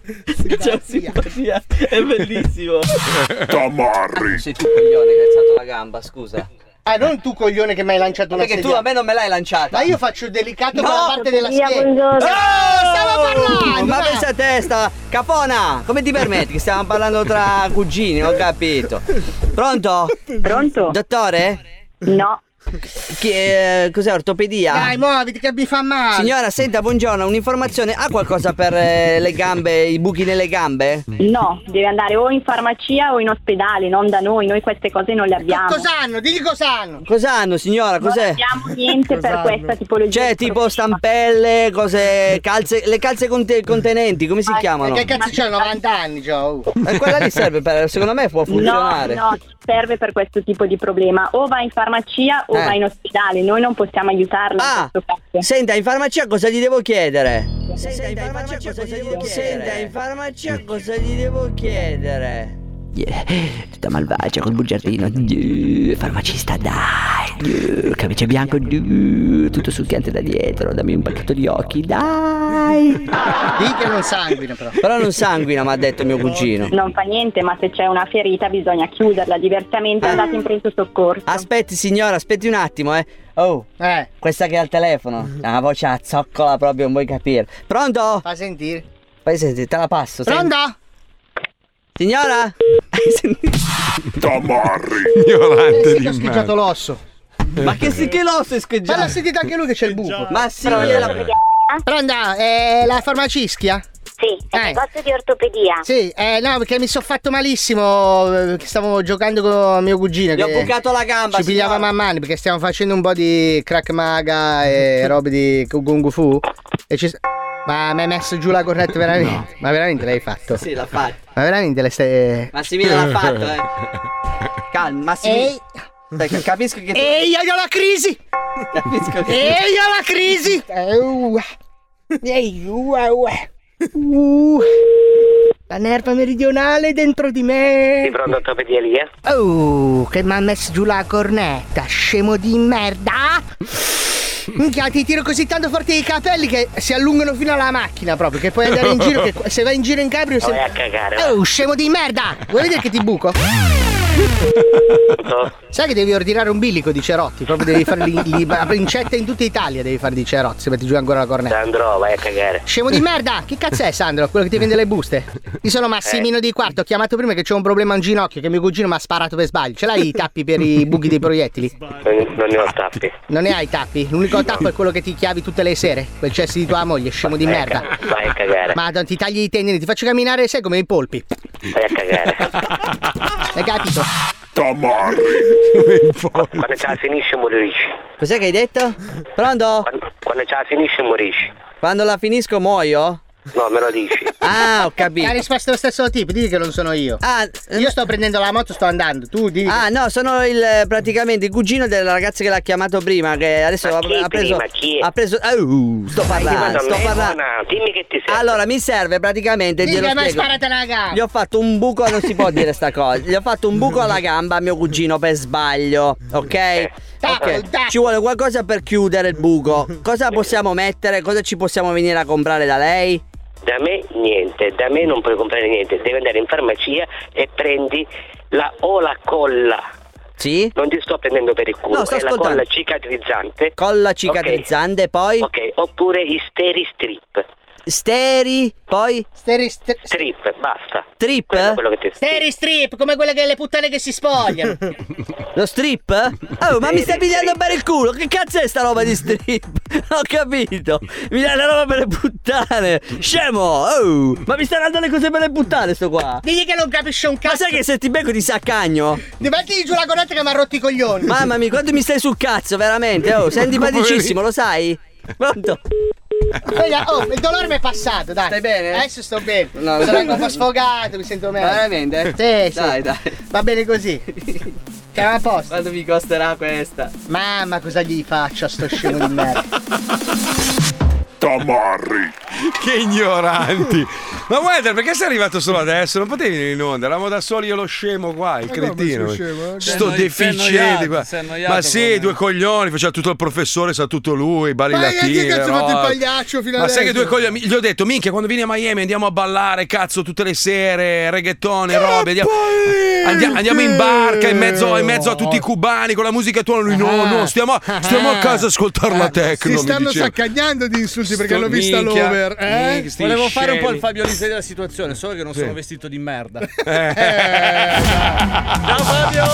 Ciao, simpatia! È bellissimo! Ah, Tamarri. Sei tu coglione che hai alzato la gamba, scusa. Ah, non tu coglione che mi hai lanciato una Perché tu sedia. a me non me l'hai lanciata. Ma io faccio il delicato No. con la parte della Via, schiena. buongiorno. Oh, stavo Oh, parlando. Ma va. pensa a testa, Capona, come ti permetti? Che stiamo parlando tra cugini, ho capito. Pronto? Pronto? Dottore? No. Che, eh, cos'è ortopedia? Dai, muoviti che mi fa male. Signora, senta, buongiorno, un'informazione. Ha qualcosa per eh, le gambe, i buchi nelle gambe? No, deve andare o in farmacia o in ospedale, non da noi. Noi queste cose non le abbiamo. Cos'hanno? Digli cos'hanno. Cos'hanno, signora? Cos'è? Non abbiamo niente per questa tipologia. Cioè, tipo stampelle, cose, calze, le calze conte- contenenti, come Ah, si chiamano? Che cazzo c'ho 90 anni, Joe? Eh, quella lì serve per, secondo me può funzionare. No, no, serve per questo tipo di problema. O va in farmacia o Eh. va in ospedale. Noi non possiamo aiutarla. in questo caso. Senta, in farmacia cosa gli devo chiedere? Senta, in farmacia cosa gli devo chiedere? Senta, in farmacia cosa gli devo chiedere? Yeah, Tutta malvagia col bugiardino. Yeah, Farmacista, dai. Yeah, Camicia bianco. yeah, Tutto succhiante da dietro. Dammi un pacchetto di occhi, dai. Dì che non sanguina però. Però non sanguina, mi ha detto mio cugino. Non fa niente, ma se c'è una ferita bisogna chiuderla diversamente. Andate in pronto soccorso. Aspetti signora, aspetti un attimo, eh. Oh, questa che ha il telefono. Ha una voce a zoccola proprio, non vuoi capire. Pronto? Fa sentire. Fai sentire, te la passo. senti. Pronto? Signora? Tamarri. Eh Ignorante sì, che ho scheggiato l'osso. Eh. Ma che si che l'osso è scheggiato? Ma l'ha sentita anche lui che c'è il buco. Ma sì, Pronto? è la- Pronto, è la farmacischia? Sì, è il negozio di ortopedia. Sì, eh, no, perché mi sono fatto malissimo. eh, Che stavo giocando con mio cugino. Gli ho che bucato la gamba, Ci pigliava signora. man mano perché stiamo facendo un po' di crack maga e robe di Kung Fu. E ci... Ma mi hai messo giù la cornetta veramente? Ma veramente l'hai fatto? Sì, l'ha fatto. Ma veramente le stai. Massimino l'ha fatto, eh. Calma, Massimino. Dai, che Capisco che. Ehi, io ho la crisi! Capisco che. Ehi, ho la crisi! Eua. Ehi, ua, ua. Uh. La nerva meridionale dentro di me. Sì, pronto ortopedia Elia? Oh, che mi ha messo giù la cornetta, scemo di merda! Minchia, ti tiro così tanto forte i capelli che si allungano fino alla macchina proprio, che puoi andare in giro, che se vai in giro in cabrio... Se... Vai a cagare, va. Oh, scemo di merda! Vuoi vedere che ti buco? Sai che devi ordinare un bilico di cerotti, proprio devi fare li- li- la incetta in tutta Italia devi fare di cerotti, se metti giù ancora la cornetta. Sandro, vai a cagare. Scemo di merda! Chi cazzo è Sandro? Quello che ti vende le buste? Io sono Massimino Eh. di quarto, ho chiamato prima che c'è un problema a un ginocchio, che mio cugino mi ha sparato per sbaglio. Ce l'hai i tappi per i buchi dei proiettili? Non, non ne ho tappi. Non ne hai i tappi? L'unico tappo è quello che ti chiavi tutte le sere, quel cesso di tua moglie, scemo di merda. Vai a cagare. Madonna, ti tagli i tendini, ti faccio camminare, sai come i polpi. Vai a cagare. Hai capito? Quando ce la finisce morisci. Cos'è che hai detto? Pronto? Quando ce la finisce morisci. Quando la finisco muoio? No, me lo dici. Ah, ho Ha capito. risposto lo stesso tipo, digli che non sono io. Ah, io sto prendendo la moto, sto andando, tu di. Ah, no, sono il eh, praticamente il cugino della ragazza che l'ha chiamato prima, che adesso ha, chi ha preso. prima? Chi è? Ha preso. Oh, sto parlando, sto parlando. Dimmi che ti serve. Allora, mi serve praticamente. Digli glielo che mi hai spiego. sparato la gamba. Gli ho fatto un buco, non si può dire sta cosa. Gli ho fatto un buco alla gamba a mio cugino per sbaglio, Eh, ok? Tappo, Ok. tappo. Ci vuole qualcosa per chiudere il buco. Cosa possiamo mettere? Cosa ci possiamo venire a comprare da lei? Da me niente, da me non puoi comprare niente, devi andare in farmacia e prendi la o la colla. Sì? Non ti sto prendendo per il culo, No, sto è la ascoltando. colla cicatrizzante. Colla cicatrizzante, poi. Ok, eh, oppure i steri strip. Steri, poi. Steri stri- Strip, basta. Trip? Quello, è quello che ti Steri strip, come quelle che le puttane che si spogliano. Lo strip? Oh, ma mi stai pigliando per il culo? Che cazzo è sta roba di strip? Non Ho capito. Mi dai la roba per le puttane. Scemo. Oh, ma mi stai dando le cose per le puttane sto qua. Digli che non capisce un Ma cazzo. sai che se ti becco ti saccagno? Mettili giù la cornetta che mi ha rotto i coglioni. Mamma mia, quanto mi stai sul cazzo, veramente. Oh, sei antipaticissimo, lo sai? Pronto? Veglia- Oh, il dolore mi è passato, dai. Stai bene? Adesso sto bene. No, Sono no. anche un po' sfogato, mi sento meglio. Veramente? Sì, sì. Dai, dai. Va bene così. Siamo a posto. Quanto mi costerà questa? Mamma, cosa gli faccio a sto scemo di merda? Tamarri. Che ignoranti! Ma Wender, perché sei arrivato solo adesso? Non potevi venire in onda, eravamo da soli io lo scemo qua, il Eh, Ma come cretino. sei scemo, eh? Sto Sei annoiato, deficiente qua. sei annoiato Ma sì, come- due coglioni, faceva tutto il professore, sa tutto lui, balli Ma che- latini. che le cazzo ha fatto il robe. pagliaccio fino Ma sai che adesso? due coglioni, gli ho detto, minchia, quando vieni a Miami andiamo a ballare, cazzo, tutte le sere, reggaeton, e robe. Andiamo, andia- andiamo in barca, in mezzo, in mezzo a tutti i cubani, con la musica tua. Lui, Ah. no, no, stiamo, a- stiamo a casa a ascoltare la Eh. Si tecno. mi stanno diceva. saccagnando di insulti perché Sto- hanno vista minchia, l'over. Eh? minchia, sti Volevo fare un po' il scemi. Fabio Lisei della situazione, solo che non Sì. Eh. sono vestito di merda. Eh, Ciao Fabio!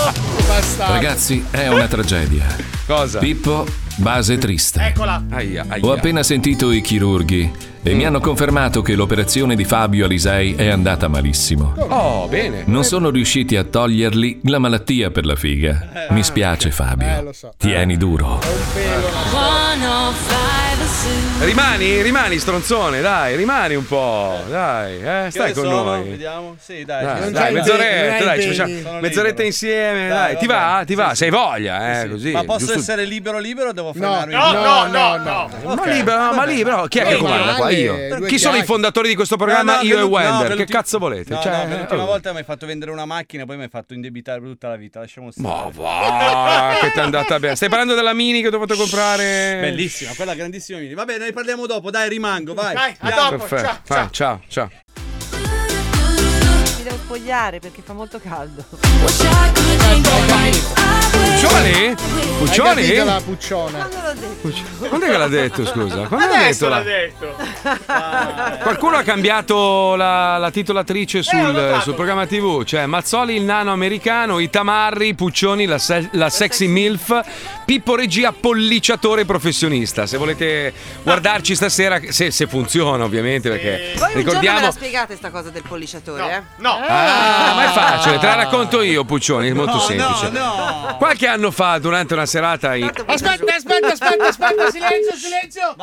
Bastardo. Ragazzi, è una tragedia. Cosa? Pippo, base triste. Eccola. Aia, aia. Mm. Ho appena sentito i chirurghi e mi hanno confermato che l'operazione di Fabio Alisei è andata malissimo. Oh, bene. Non sono riusciti a togliergli la malattia per la Eh, ah, figa. Mi spiace Fabio. Tieni duro. 105 Rimani, rimani stronzone, dai, rimani un po', dai, eh, stai con noi. Vediamo. Sì, dai. ci Dai, sono. dai, mezz'oretta, dai, ci facciamo- Sono mezz'oretta libero. insieme, dai, Dai, ti vabbè. va? Ti va? Sei voglia, eh, così. Ma posso giusto- essere libero libero o devo fermarmi? no, no, no, Ma libero, no, ma libero, chi è che comanda qua? Io. Chi sono i fondatori di questo programma? No, no, io e che- no, Wender, che che l'ulti- cazzo volete? No, Cioè, no, che l'ultima oh. volta mi hai fatto vendere una macchina, poi mi hai fatto indebitare per tutta la vita. Lasciamo Ma stare. va, che ti è andata bene. Stai parlando della mini che ho dovuto comprare? Bellissima, quella grandissima mini. Vabbè, ne parliamo dopo. Dai, rimango, vai. Dai, Ah, perfetto. Vai, ciao, ciao. Mi devo spogliare perché fa molto caldo. Puccioni? Puccioni? Hai capito la pucciona. Quando è che l'ha detto, scusa? Quando l'ha detto? Adesso la- l'ha detto. Qualcuno ha cambiato la, la titolatrice sul, sul programma TV, cioè Mazzoli il nano americano, Itamarri, Puccioni la, se- la sexy MILF, Pippo Regia polliciatore professionista. Se volete guardarci stasera, se, se funziona ovviamente, perché Voi un giorno me ricordiamo... la Eh. spiegate sta cosa del polliciatore, eh? No. Eh. Ah, ma è facile, te la racconto io, Puccioni, è molto semplice. Qualche anno fa, durante una serata in... Aspetta, aspetta, aspetta, aspetta, silenzio, silenzio.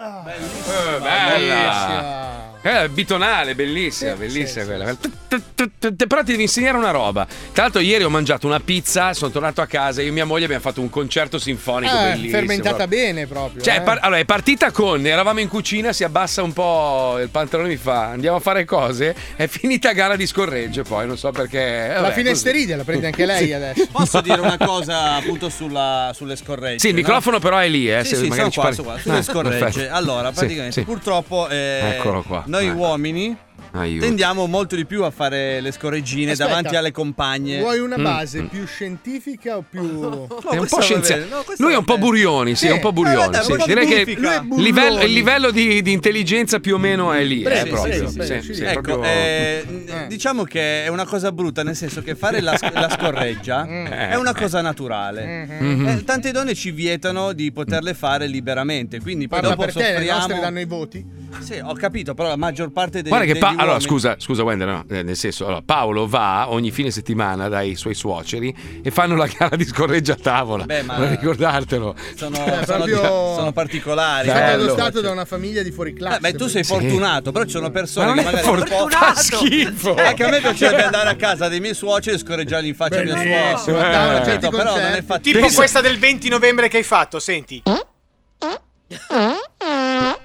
Eh, bella. Eh, bitonale, bellissima, bellissima quella. Tu, tu, tu, tu, Però ti devi insegnare una roba. Tra l'altro, ieri ho mangiato una pizza, sono tornato a casa, io e mia moglie abbiamo fatto un concerto sinfonico Ah, bellissimo. fermentata proprio. bene proprio. Cioè, eh. è par- allora, è partita con. Eravamo in cucina, si abbassa un po' il pantalone, mi fa andiamo a fare cose. È finita gara di scorreggio, poi non so perché. eh, la vabbè, finesteride così. la prende anche lei Sì. adesso. Posso dire una cosa appunto sulla- sulle scorregge? Sì, il microfono però è lì, eh, se Sì, sì, magari sono ci qua, parli. sono qua, sulle Ah, scorregge. perfetto. Allora, Sì, praticamente, sì. purtroppo eh, Eccolo qua, noi ecco. uomini Aiuto. tendiamo molto di più a fare le scorreggine Aspetta. davanti alle compagne. Vuoi una Mm. base più scientifica o più. è un po' scienziato. lui è un po' burioni, sì, Sì. è un po' burioni. Eh, vabbè, sì. un po' Direi che burrifica. Lui è il livello, burroni. il livello di, di intelligenza più o meno è lì. eh, Sì, proprio. sì, sì, Sì, sì, sì, sì. proprio- Ecco, eh, n- diciamo che è una cosa brutta, nel senso che fare la, la scorreggia Mm. è una cosa naturale. Mm-hmm. Mhm. Eh, tante donne ci vietano di Mm. poterle fare liberamente, quindi poi Parla dopo per te, le soffriamo. nostre danno i voti. Sì, ho capito, però la maggior parte dei Guarda che degli Pa- uomini- allora, scusa, scusa Wender, no, eh, nel senso, allora, Paolo va ogni fine settimana dai suoi suoceri e fanno la gara di scorreggia a tavola. Beh, ma- Vorrei ricordartelo. sono, Eh, sono- proprio- sono particolari. È stato Bello. adottato da una famiglia di fuori classe. Eh, Beh, tu sei Sì. fortunato, però ci sono persone Ma non che è magari Eh, fortunato. Fa schifo. Anche a me piacerebbe andare a casa dei miei suoceri e scorreggiarli in faccia a mia Bellissimo, Eh. a suocera. tavola, Capito? certi Certo, però non è concerti. fattibile. Tipo questa del 20 novembre che hai fatto, senti.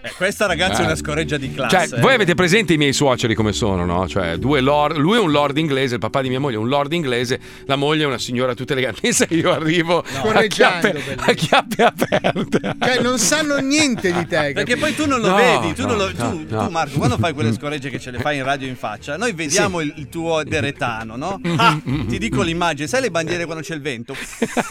Eh, questa ragazza è una scorreggia di classe. eh. Cioè, voi avete presente i miei suoceri come sono, no? Cioè, due lord, lui è un lord inglese, il papà di mia moglie è un lord inglese, la moglie è una signora tutta elegante. Pensa che io arrivo a Scorreggiando, chiappe, a chiappe aperte. Cioè, non sanno niente di te. Perché poi tu non lo No, vedi, tu, non lo- no, tu- no. tu, Marco, quando fai quelle scorregge che ce le fai in radio in faccia, noi vediamo il, il tuo deretano, no? Ah, ti dico l'immagine, sai le bandiere quando c'è il vento?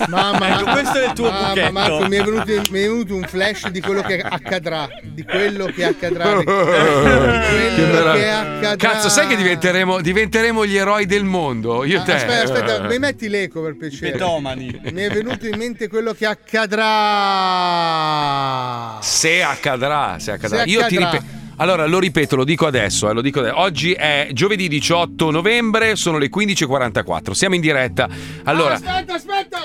Mamma, Ecco, questo è il tuo Mamma, buchetto. Marco, mi è, venuto, mi è venuto un flash di quello che accadrà. Di quello che accadrà. Di Che quello che meraviglia. accadrà. Cazzo, sai che diventeremo, diventeremo gli eroi del mondo? Io e te. Ah, Aspetta, aspetta, mi metti l'eco per piacere. Petomani. Mi è venuto in mente quello che accadrà. Se accadrà, se accadrà. Se Io ti accadrà. ripeto. Allora, lo ripeto, lo dico adesso, eh, lo dico adesso. Oggi è giovedì 18 novembre, sono le 15.44, siamo in diretta. Allora, Aspetta, aspetta.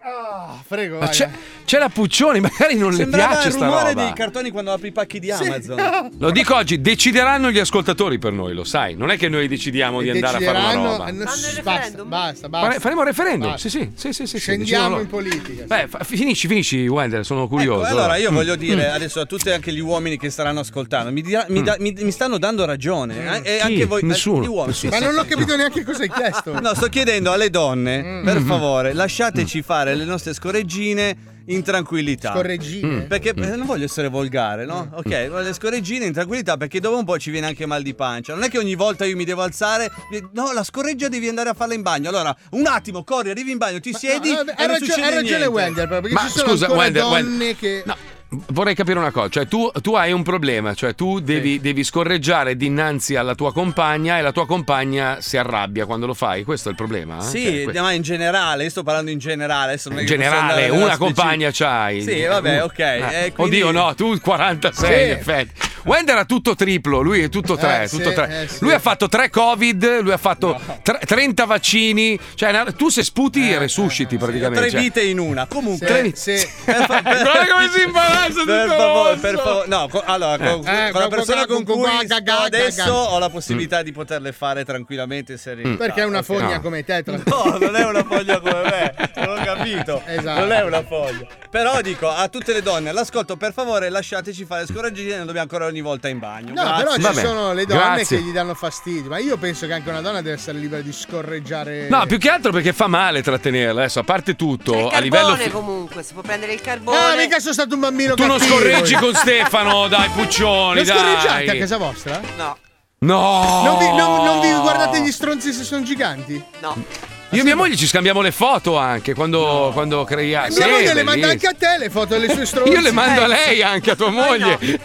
Ah, prego. ma vai. c'è, c'è la Puccioni, magari non Sembrava le piace il sta rumore roba. dei cartoni quando apri i pacchi di Amazon. Lo dico oggi, decideranno gli ascoltatori per noi, lo sai. Non è che noi decidiamo di andare a fare una Decideranno- roba. eh, no, Basta, basta, Fare- basta. faremo un referendum. Basta. Sì, sì, sì, sì, diciamo sì, sì, decidono Scendiamo loro. in politica. Beh, fa- finisci, finisci, Wender, sono curioso. Ecco, allora io Mm. voglio dire Mm. adesso a tutti anche gli uomini che staranno ascoltando, mi, dirà- mi da- mi- mi stanno dando ragione. eh, E Chi? anche voi, eh, Nessuno, gli uomini. nessuno. Ma non ho capito neanche cosa hai chiesto. No, sto chiedendo alle donne, Mm. Mm-hmm. per favore, lasciateci fare le nostre scorreggine in tranquillità. Mm. Scorreggine? Perché eh, non voglio essere volgare, no? Ok, ma le scorreggine in tranquillità perché dopo un po' ci viene anche mal di pancia. Non è che ogni volta io mi devo alzare, no, la scorreggia devi andare a farla in bagno. Allora, un attimo, corri, arrivi in bagno, ti siedi no, e ha non ragione- succede ha ragione niente. Wender, però, perché Ma ci sono scusa, ancora Wender, donne Wender. che Vorrei capire una cosa, cioè tu, tu hai un problema, cioè tu devi, devi scorreggiare dinanzi alla tua compagna e la tua compagna si arrabbia quando lo fai, questo è il problema? eh? Cioè, Sì, que- ma in generale, io sto parlando in generale. adesso non è in che posso andare generale nella una speci- compagna c'hai. Sì, vabbè, ok, Eh, eh, quindi- Oddio no, tu 46 in Sì. effetti. Wender ha tutto triplo, lui è tutto tre. Eh, sì, tutto tre. eh, sì. Lui ha fatto tre Covid, lui ha fatto tre- 30 vaccini. Cioè, na- tu se sputi resusciti praticamente. Eh, Tre cioè. vite in una. Comunque, Tre Guarda come si imbarazza Per tutto favore, rosso. per favore. No, co- allora, Eh. con, Eh, con la con- persona con- con, con- cui con- sto con- adesso con- ho la possibilità di poterle fare tranquillamente in serenità. Mm. Perché è una Ok. fogna No. come te. tra- No, non è una foglia come me, non ho capito. Esatto. Non è una foglia. Però dico a tutte le donne all'ascolto, per favore, lasciateci fare scoraggiare, non dobbiamo ancora ogni volta in bagno. No, Grazie. però ci sono le donne grazie. che gli danno fastidio. Ma io penso che anche una donna deve essere libera di scorreggiare. No, più che altro perché fa male trattenerla. Adesso, a parte tutto, a livello. Carbone comunque, si può prendere il carbone. Ah, mica sono stato un bambino Tu non cattivo. scorreggi con Stefano, dai, Puccioni. Non scorreggiate dai. a casa vostra? No. No! Non vi, non- non Oh. vi guardate gli stronzi se sono giganti? No. Io e mia moglie ci scambiamo le foto anche quando, quando creiamo. mia moglie le manda anche eh. a te le foto delle sue stronze. Eh, Io le mando a lei ah, anche, a tua moglie. Te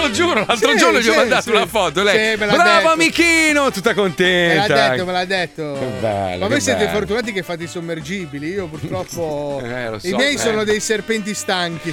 lo giuro, l'altro Sì, giorno gli ho sì, mandato sì. una foto. Lei, Sì, me l'ha bravo detto." amichino, tutta Me l'ha contenta. detto, me l'ha detto. Che bello, Ma voi che siete bello. fortunati che fate i sommergibili. Io purtroppo. Eh, lo I so, miei eh. sono dei serpenti stanchi.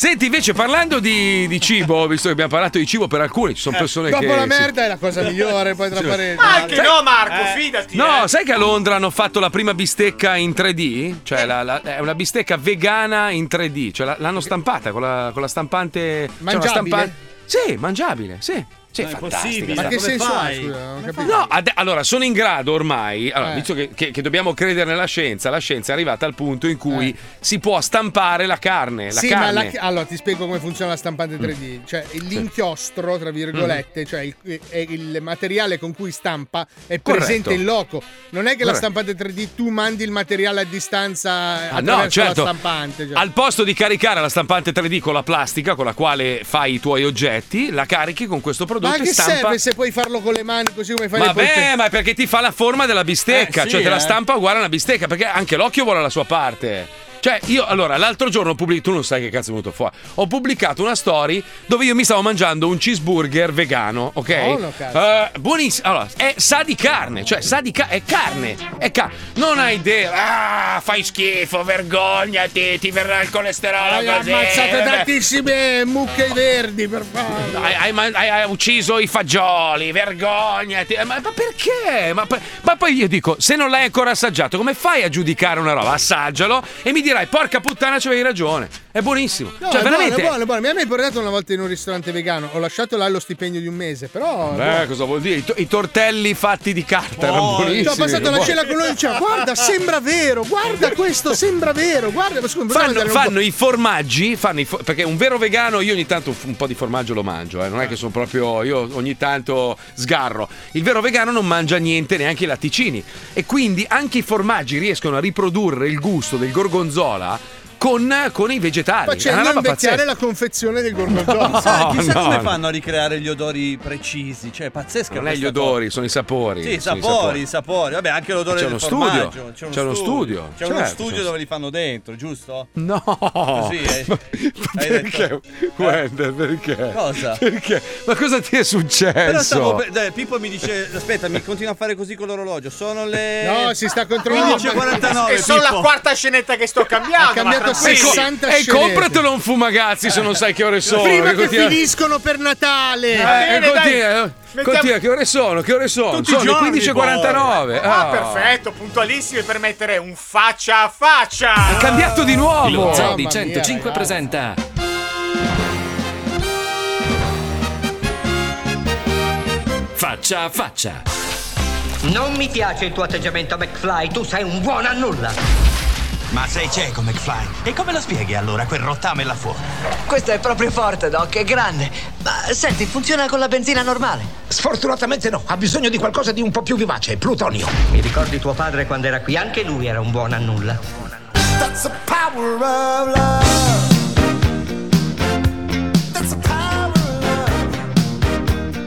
Senti, invece, parlando di, di cibo, visto che abbiamo parlato di cibo per alcuni, ci sono persone Eh, Dopo che. la si- merda è la cosa migliore, poi tra Sì. parentesi. Eh. Ma anche no, Marco, fidati. No, sai che a Londra hanno fatto la prima bistecca in 3D? Eh. Cioè, la- la- è una bistecca vegana in 3D. Cioè, la- l'hanno stampata con la, con la stampante. Cioè, Mangiabile? una stampa- sì, mangiabile, sì. Sì, Ma è fantastica. possibile, Ma che sta- senso ha? Scusa, non ho capito. No, ade- allora sono in grado ormai, allora, Ah. Eh. visto che, che- che dobbiamo credere nella scienza, la scienza è arrivata al punto in cui si può stampare la carne. La Eh. sì, carne. Mm. ma la- allora ti spiego come funziona la stampante 3D. Cioè, il- l'inchiostro, tra virgolette, cioè il, è il materiale con cui stampa è Corretto. presente in loco. Non è che la Corretto. stampante 3D tu mandi il materiale a distanza Ah, attraverso no, certo. la stampante. cioè. Al posto di caricare la stampante 3D con la plastica con la quale fai i tuoi oggetti, la carichi con questo prodotto Ma a e che stampa. serve se puoi farlo con le mani così come fai le polpette? Vabbè, ma è perché ti fa la forma della bistecca, Eh, sì, cioè te la eh. stampa uguale a una bistecca, perché anche l'occhio vuole la sua parte. Cioè, io allora l'altro giorno ho pubblicato, tu non sai che cazzo è venuto fuori. Ho pubblicato una story dove io mi stavo mangiando un cheeseburger vegano, ok? Buono, Oh, cazzo. Eh, buonissimo. Allora, è, sa di carne, cioè sa di ca- è carne, è carne. Non hai idea. Ah, fai schifo, vergognati, ti verrà il colesterolo Hai così. eh, ammazzato Vabbè. tantissime mucche verdi, per favore. Hai, hai man- hai- hai ucciso i fagioli, vergognati. Eh, Ma, ma perché? Ma, poi- ma poi io dico: se non l'hai ancora assaggiato, come fai a giudicare una roba? Assaggialo e mi dirai: porca puttana, c'avevi ragione. È buonissimo. No, cioè, è veramente. buono, è buono, è buono. Mi ha mai portato una volta in un ristorante vegano. Ho lasciato là lo stipendio di un mese, però. è buono. Beh, cosa vuol dire? I, to- i tortelli fatti di carta erano buonissimi. Ci ho Oh, cioè, passato la Buoni. cena con lui e diceva guarda sembra vero, guarda questo sembra vero, guarda ma scusa, mi poteva Fanno, mandare un fanno i formaggi, fanno i fo- perché un vero vegano io ogni tanto un, f- un po' di formaggio lo mangio, eh, non è che sono proprio, io ogni tanto sgarro. Il vero vegano non mangia niente, neanche i latticini e quindi anche i formaggi riescono a riprodurre il gusto del gorgonzola con, con i po'? vegetali. È facendo una roba invecchiare pazzesca. la confezione del gorgonzola. Sai, chissà no, come no. fanno a ricreare gli odori precisi, cioè è pazzesca Non è gli questa odori, sono i sapori. cosa. Sì, i sono sapori, i sapori, vabbè, anche l'odore C'è del uno studio, formaggio, c'è uno studio, C'è uno certo, studio c'è uno dove li fanno dentro, giusto? No, Così, eh. Hai perché? detto- eh? Wender, perché? Cosa? Perché? Ma cosa ti è successo? Però stavo per- dai, Pippo mi dice aspetta, mi continua a fare così con l'orologio. Sono le Eh, No, si sta controllando. 15.49. E sono la Pippo. quarta scenetta che sto cambiando. Ha cambiato Ecco, ma E, tranquilli. co- Ecco, e compratelo un fumagazzi se non sai che ore sono. Eh, Prima che continua- finiscono per Natale. Eh, eh, continua, eh, continua, che ore sono? Che ore sono? Tutti i sono le giorni, 15.49. poi. Ah, Ah. perfetto, puntualissimi per mettere un faccia a faccia. Ha cambiato di nuovo. Lo zoo di Mamma mia, ragazzi. 105 presenta Faccia a faccia. Non mi piace il tuo atteggiamento, McFly. Tu sei un buon a nulla. Ma sei cieco, McFly. E come lo spieghi allora quel rottame là fuori? Questo è proprio forte, Doc. È grande. Ma senti, funziona con la benzina normale? Sfortunatamente no, ha bisogno di qualcosa di un po' più vivace, plutonio. Mi ricordi tuo padre quando era qui? Anche lui era un buon a nulla. That's the power of love. That's the power of love.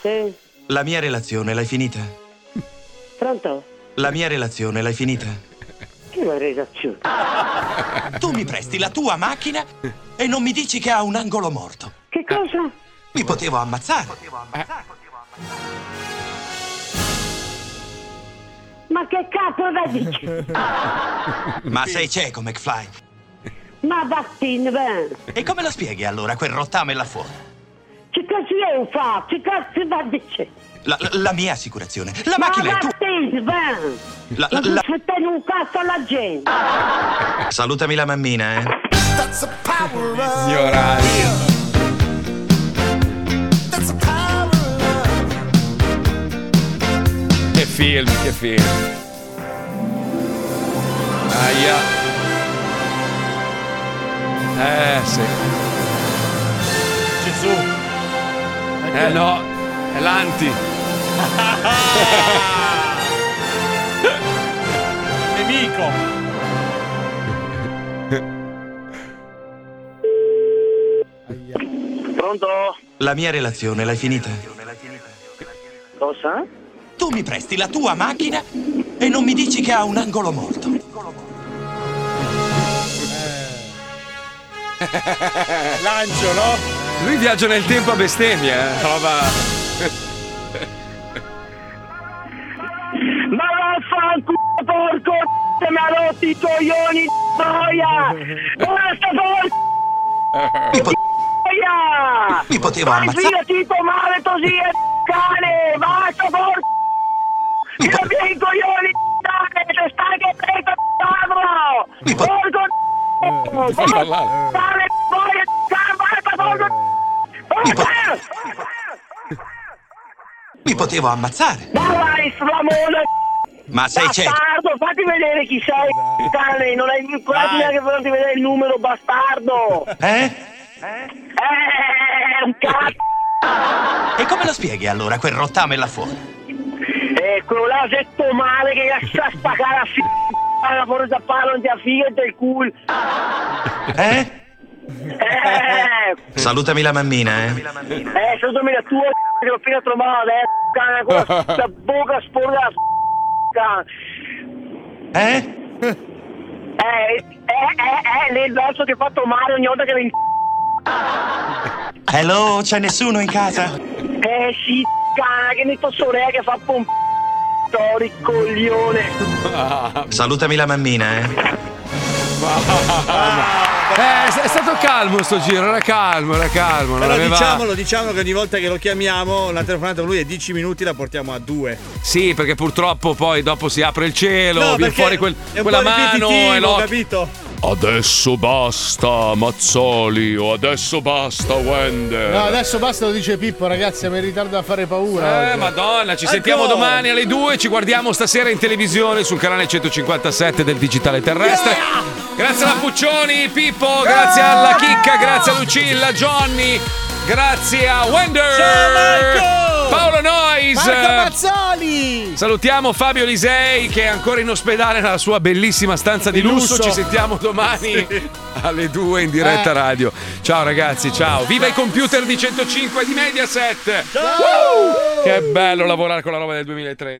Sì, La mia relazione l'hai finita? pronto? La mia relazione l'hai finita? Che la relazione? Tu mi presti la tua macchina e non mi dici che ha un angolo morto. Che cosa? Mi potevo Eh. ammazzare. Ma Ma che cazzo la dici? Ma sei cieco, McFly. Ma bastino, beh. E come lo spieghi allora quel rottame là fuori? Che cazzo devo fare? Che cazzo va a dici? La, la- la mia assicurazione. La Ma macchina è tua. bastino, beh. La- la- Ma la- tu sfruttare un cazzo alla gente. Salutami la mammina, eh. Ignorante. Che film, che film. Aia. Eh sì. Gesù. Eh no, è l'anti. Nemico. Pronto? La mia relazione l'hai finita? Cosa? Tu mi presti la tua macchina e non mi dici che ha un angolo morto. Lancio, no? Lui viaggia nel tempo a bestemmie, eh. Roba. Ma vaffanculo porco c***o, mi ha rotto i coglioni di noia! Basta porco Eh. noia! Mi potevo ammazzare. Fai via tipo male così e cane! Basta porco c***o! Mi ha rotto i coglioni cane! Se stai che prego cavolo! Eh, Porco c***o! Fai parlare. Fare fuori, c***o, Basta porco c***o! Mi potevo ammazzare. Ma vai sulla mona Ma sei cieco. Bastardo, fatti vedere chi sei, cane, non hai più quasi neanche farti vedere il numero, bastardo! Eh? Eh, un cazzo! E come lo spieghi allora quel rottame là fuori? Eh, quello là ha detto male che lascia spaccare a figa, la forza palo di a figa del culo! Eh? Eh, Salutami la mammina, eh. eh, sono la tua, che l'ho appena trovato adesso, cane, con la, la bocca sporca la cane! Eh? Eh, eh, eh, eh, lei il lancio che ha fatto male ogni volta che mi Hello, c'è nessuno in casa? Eh sì, cane, che ne posso re che fa un p***o di coglione. Salutami la mammina, eh. Eh, è stato calmo sto giro, era calmo, era calmo. Non Però aveva... diciamolo, diciamo che ogni volta che lo chiamiamo, la telefonata con lui è 10 minuti, la portiamo a 2. Sì, perché purtroppo poi dopo si apre il cielo, viene fuori quel- quella mano eh, e l'ho l'occhio. capito? Adesso basta, Mazzoli, o adesso basta, Wender. No, adesso basta, lo dice Pippo, ragazzi, siamo in ritardo da fare paura. Eh, madonna, ci sentiamo domani alle 2, ci guardiamo stasera in televisione sul canale 157 del Digitale Terrestre. Grazie alla Puccioni, Pippo, grazie alla Chicca, grazie a Lucilla, Johnny, grazie a Wender, Paolo Nois. Marco Mazzoli! Salutiamo Fabio Lisei che è ancora in ospedale nella sua bellissima stanza di Di lusso. lusso. Eh. Ci sentiamo domani alle 2 in diretta radio. Ciao ragazzi, ciao. Viva i computer di 105 di Mediaset. Woo! Che bello lavorare con la roba del 2003.